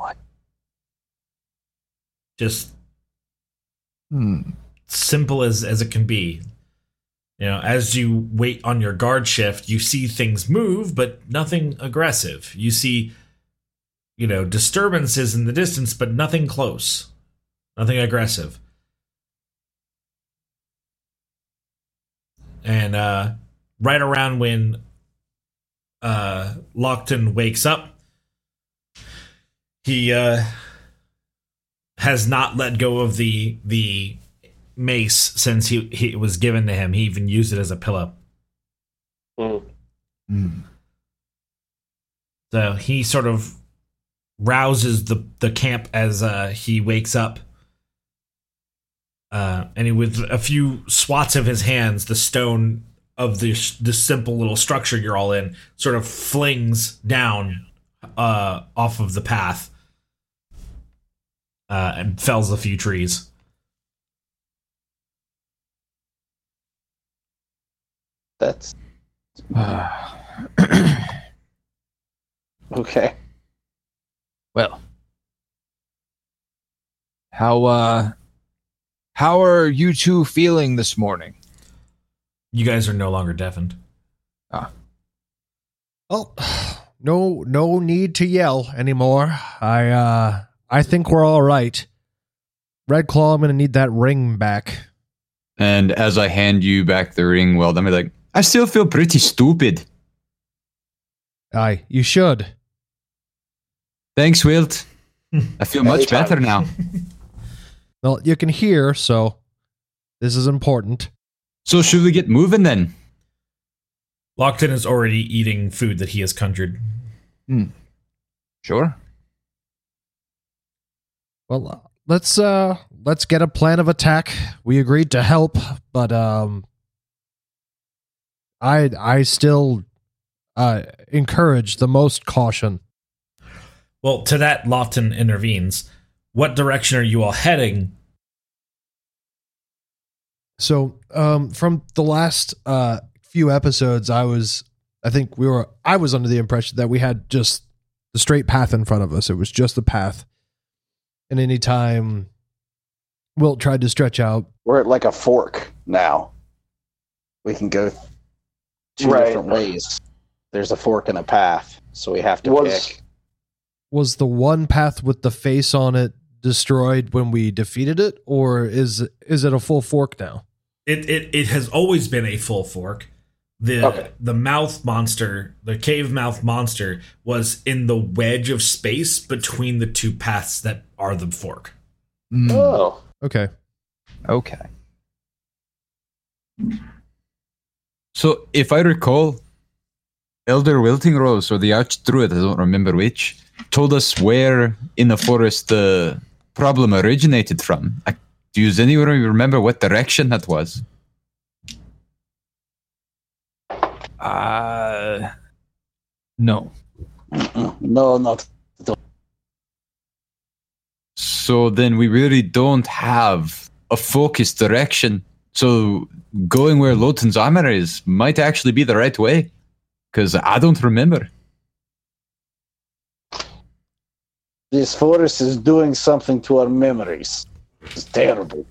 A: Just
C: Hmm.
A: simple as as it can be. You know, as you wait on your guard shift, you see things move, but nothing aggressive. You see, you know, disturbances in the distance, but nothing close, nothing aggressive. And uh, right around when uh, Lockton wakes up, he uh, has not let go of the the mace since he, he it was given to him. He even used it as a pillow.
F: Hmm.
C: Hmm.
A: So he sort of rouses the the camp as uh, he wakes up. Uh, and he, with a few swats of his hands, the stone of this this simple little structure you're all in sort of flings down uh, off of the path uh, and fells a few trees.
E: That's
C: Ah.
E: okay.
C: well, how uh, how are you two feeling this morning?
A: You guys are no longer deafened.
B: Well, no, no need to yell anymore. I, uh, I think we're all right. Red Claw, I'm gonna need that ring back.
D: And as I hand you back the ring, Weld, I'm like, I still feel pretty stupid.
B: Aye, you should.
D: Thanks, Wilt. I feel much
F: Anytime.
D: better now.
B: Well, you can hear, so this is important.
D: So should we get moving then?
A: Lockton is already eating food that he has conjured.
C: Sure.
B: Well, let's uh let's get a plan of attack. We agreed to help, but um I I still uh encourage the most caution.
A: Well, to that, Lofton intervenes. What direction are you all heading?
B: So, um from the last uh few episodes, I was I think we were I was under the impression that we had just the straight path in front of us. It was just the path. And anytime Wilt tried to stretch out
E: We're at like a fork now. We can go two
F: Right.
E: different ways. There's a fork in a path, so we have to
F: Was-
E: pick.
B: was the one path with the face on it destroyed when we defeated it or is is it a full fork now
A: It it, it has always been a full fork. The
F: Okay.
A: the mouth monster, the cave mouth monster, was in the wedge of space between the two paths that are the fork.
C: Hmm.
F: Oh,
B: okay
C: Okay.
D: So if I recall, Elder Wilting Rose or the Arch Druid, I don't remember which, told us where in the forest the problem originated from. I, do you anyone remember what direction that was?
C: Uh, no.
E: Mm-mm. No, not
D: So then we really don't have a focused direction. So going where Lotan's armor is might actually be the right way. Cause I don't remember.
E: this forest is doing something to our memories. It's terrible.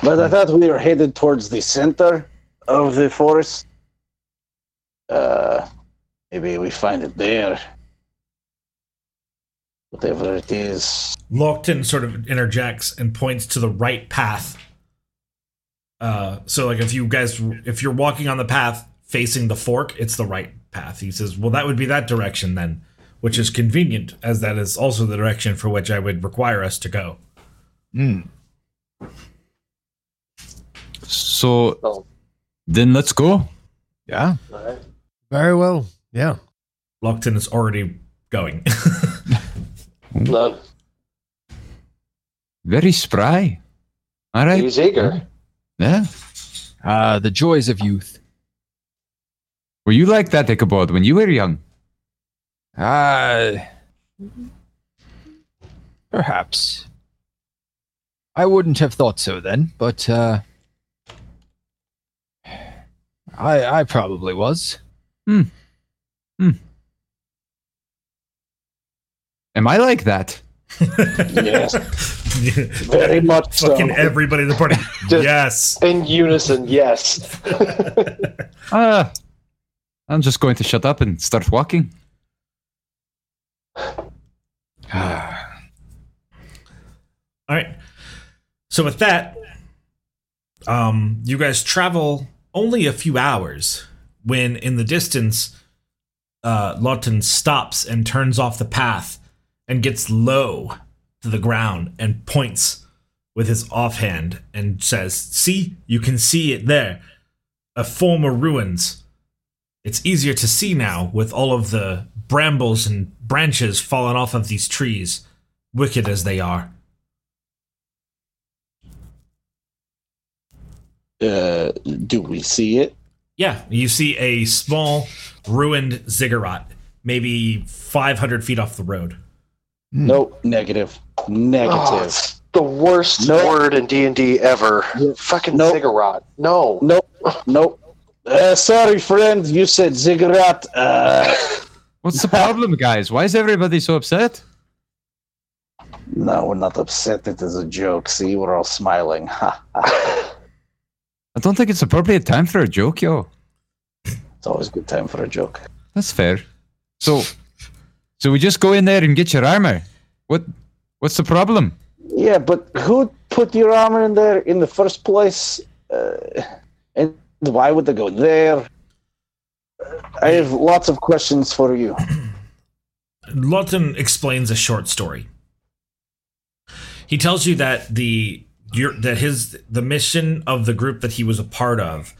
E: But I thought we were headed towards the center of the forest. Uh, maybe we find it there. Whatever it is.
A: Lockton sort of interjects and points to the right path. Uh, so like if you guys if you're walking on the path facing the fork, it's the right path. He says, "Well, that would be that direction then." Which is convenient, as that is also the direction for which I would require us to go.
C: Hmm.
D: So
F: Oh.
D: then let's go.
C: Yeah.
F: all right.
B: very well yeah
A: Lockton is already going.
F: None.
D: Very spry. All right.
F: He's eager.
D: Yeah.
C: Uh, the joys of youth.
D: Were you like that, Ichabod, when you were young?
C: Uh, perhaps. I wouldn't have thought so then, but uh, I I probably was.
D: Am I like that?
E: Yes. Very much so.
A: Fucking everybody in the party.
F: Just-
A: yes.
F: In unison, yes.
D: Uh, I'm just going to shut up and start walking.
C: Ah,
A: All right. So with that, um, you guys travel only a few hours when, in the distance, uh, Lawton stops and turns off the path and gets low to the ground and points with his offhand and says, "See, you can see it there, a former ruins. It's easier to see now with all of the brambles and branches fallen off of these trees, wicked as they are."
E: Uh, do we see it?
A: Yeah, you see a small ruined ziggurat, maybe 500 feet off the road.
E: Nope. Negative.
F: Oh,
E: Negative.
F: it's the worst
E: Nope.
F: word in D and D ever.
E: Yeah.
F: Fucking
E: Nope.
F: ziggurat. No.
E: Nope. Nope. Uh, sorry, friend. You said ziggurat. Uh,
D: What's the problem, guys? Why is everybody so upset?
E: no, we're not upset. It is a joke. See, we're all smiling. Ha ha.
D: I don't think it's appropriate time for a joke, yo.
E: It's always a good time for a joke.
D: That's fair. So, so we just go in there and get your armor. What, what's the problem?
E: Yeah, but who put your armor in there in the first place? Uh, and why would they go there? I have lots of questions for you.
A: Lawton explains a short story. He tells you that the your, that his the mission of the group that he was a part of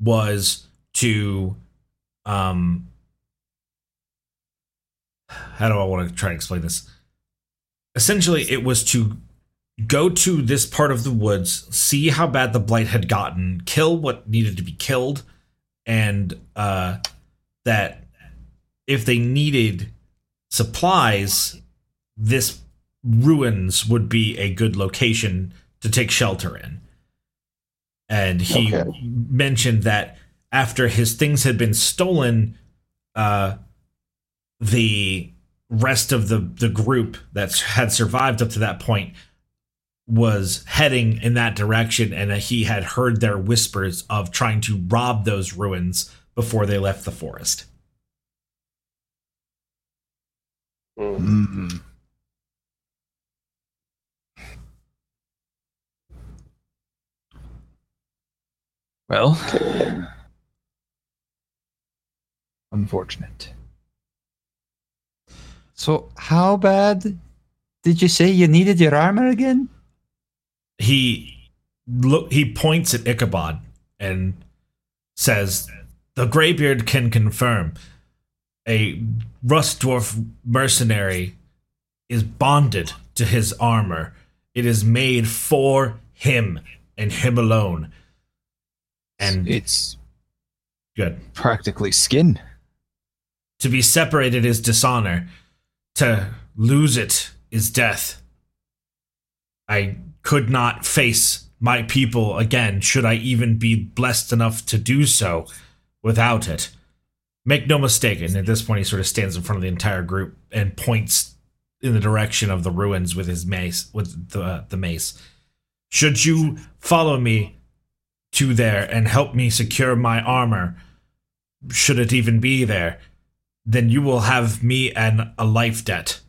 A: was to um how do I want to try to explain this? Essentially, it was to go to this part of the woods, see how bad the blight had gotten, kill what needed to be killed, and uh, that if they needed supplies, this ruins would be a good location to take shelter in. And he
E: Okay.
A: mentioned that after his things had been stolen, uh, the rest of the the group that had survived up to that point was heading in that direction, and that he had heard their whispers of trying to rob those ruins before they left the forest.
F: Mm.
C: Mm. Well, unfortunate.
D: So, how bad did you say you needed your armor again?
A: he look he points at Ichabod and says the graybeard can confirm a rust dwarf mercenary is bonded to his armor it is made for him and him alone and
C: It's
A: good
C: practically skin.
A: to be separated is dishonor to lose it is death i could not face my people again should i even be blessed enough to do so without it make no mistake and at this point he sort of stands in front of the entire group and points in the direction of the ruins with his mace with the the mace should you follow me to there and help me secure my armor should it even be there then you will have me and a life debt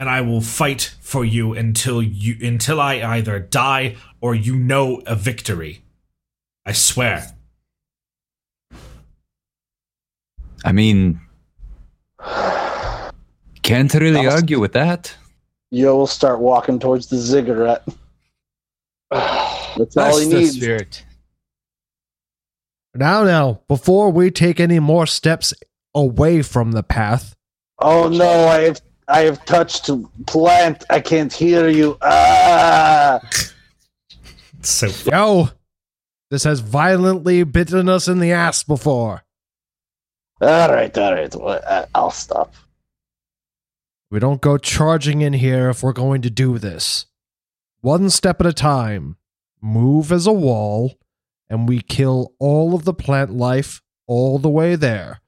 A: and i will fight for you until you until i either die or you know a victory i swear
D: I mean, can't really
E: Awesome.
D: argue with that.
E: Yo will start walking towards the ziggurat. That's, all he
C: the
E: needs.
C: spirit.
B: Now, now, before we take any more steps away from the path,
E: Oh no, I have I have touched plant. I can't hear you. Ah!
A: so
B: yo, this has violently bitten us in the ass before.
E: All right, all right. Well, I- I'll stop.
B: We don't go charging in here if we're going to do this. One step at a time, move as a wall, and we kill all of the plant life all the way there.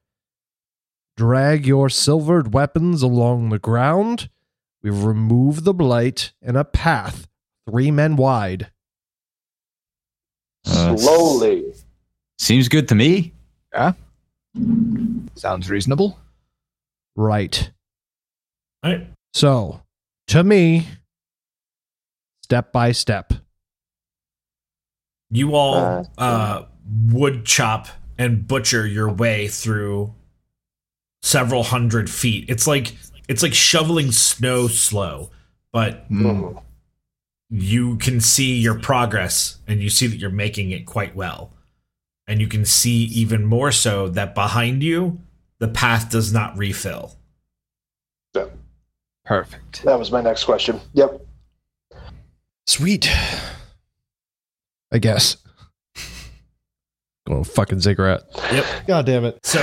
B: Drag your silvered weapons along the ground We remove the blight and a path three men wide.
D: Uh,
F: Slowly.
D: Seems good to me.
C: Sounds reasonable.
B: Right.
A: All right.
B: So, to me, step by step.
A: You all
F: Uh,
A: uh, wood chop and butcher your way through several hundred feet. It's like it's like shoveling snow slow, but
E: Mm.
F: Mhm.
A: you can see your progress and you see that you're making it quite well. And you can see even more so that behind you, the path does not refill.
C: Perfect.
F: That was my next question. Yep.
B: Sweet. I guess. Going fucking cigarette.
A: Yep.
B: God damn it.
A: So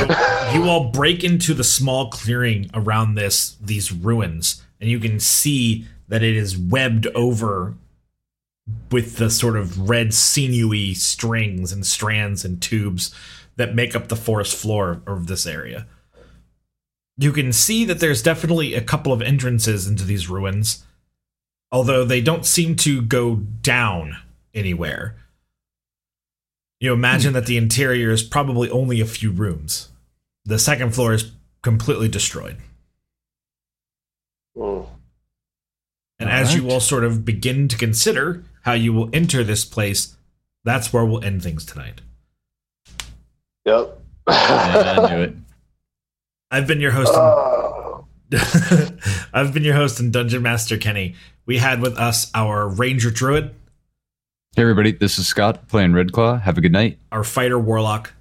A: you all break into the small clearing around this these ruins, and you can see that it is webbed over with the sort of red sinewy strings and strands and tubes that make up the forest floor of this area. You can see that there's definitely a couple of entrances into these ruins, although they don't seem to go down anywhere. You imagine that the interior is probably only a few rooms. The second floor is completely destroyed.
F: Mm.
A: And as you
C: Alright.
A: all sort of begin to consider how you will enter this place, that's where we'll end things tonight.
F: Yep.
D: Yeah, I knew it.
A: I've been your host.
F: Oh.
A: and- I've been your host and Dungeon Master Kenny. We had with us our Ranger Druid,
D: Hey, everybody. This is Scott playing Red Claw. Have a good night.
A: our Fighter Warlock,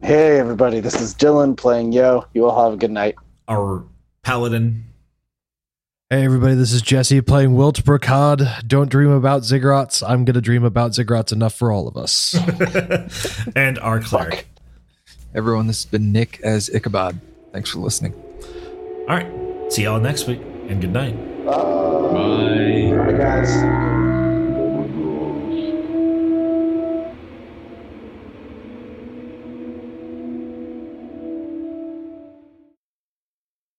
E: Hey, everybody, this is Dylan playing Yo. You all have a good night.
A: our Paladin,
B: Hey everybody, this is Jesse playing Wilt Brocade. Don't dream about ziggurats. I'm gonna dream about ziggurats enough for all of us.
A: and our Cleric.
C: Everyone, this has been Nick as Ichabod. Thanks for listening.
A: All right. See y'all next week, and good night.
F: Uh,
D: Bye.
F: guys.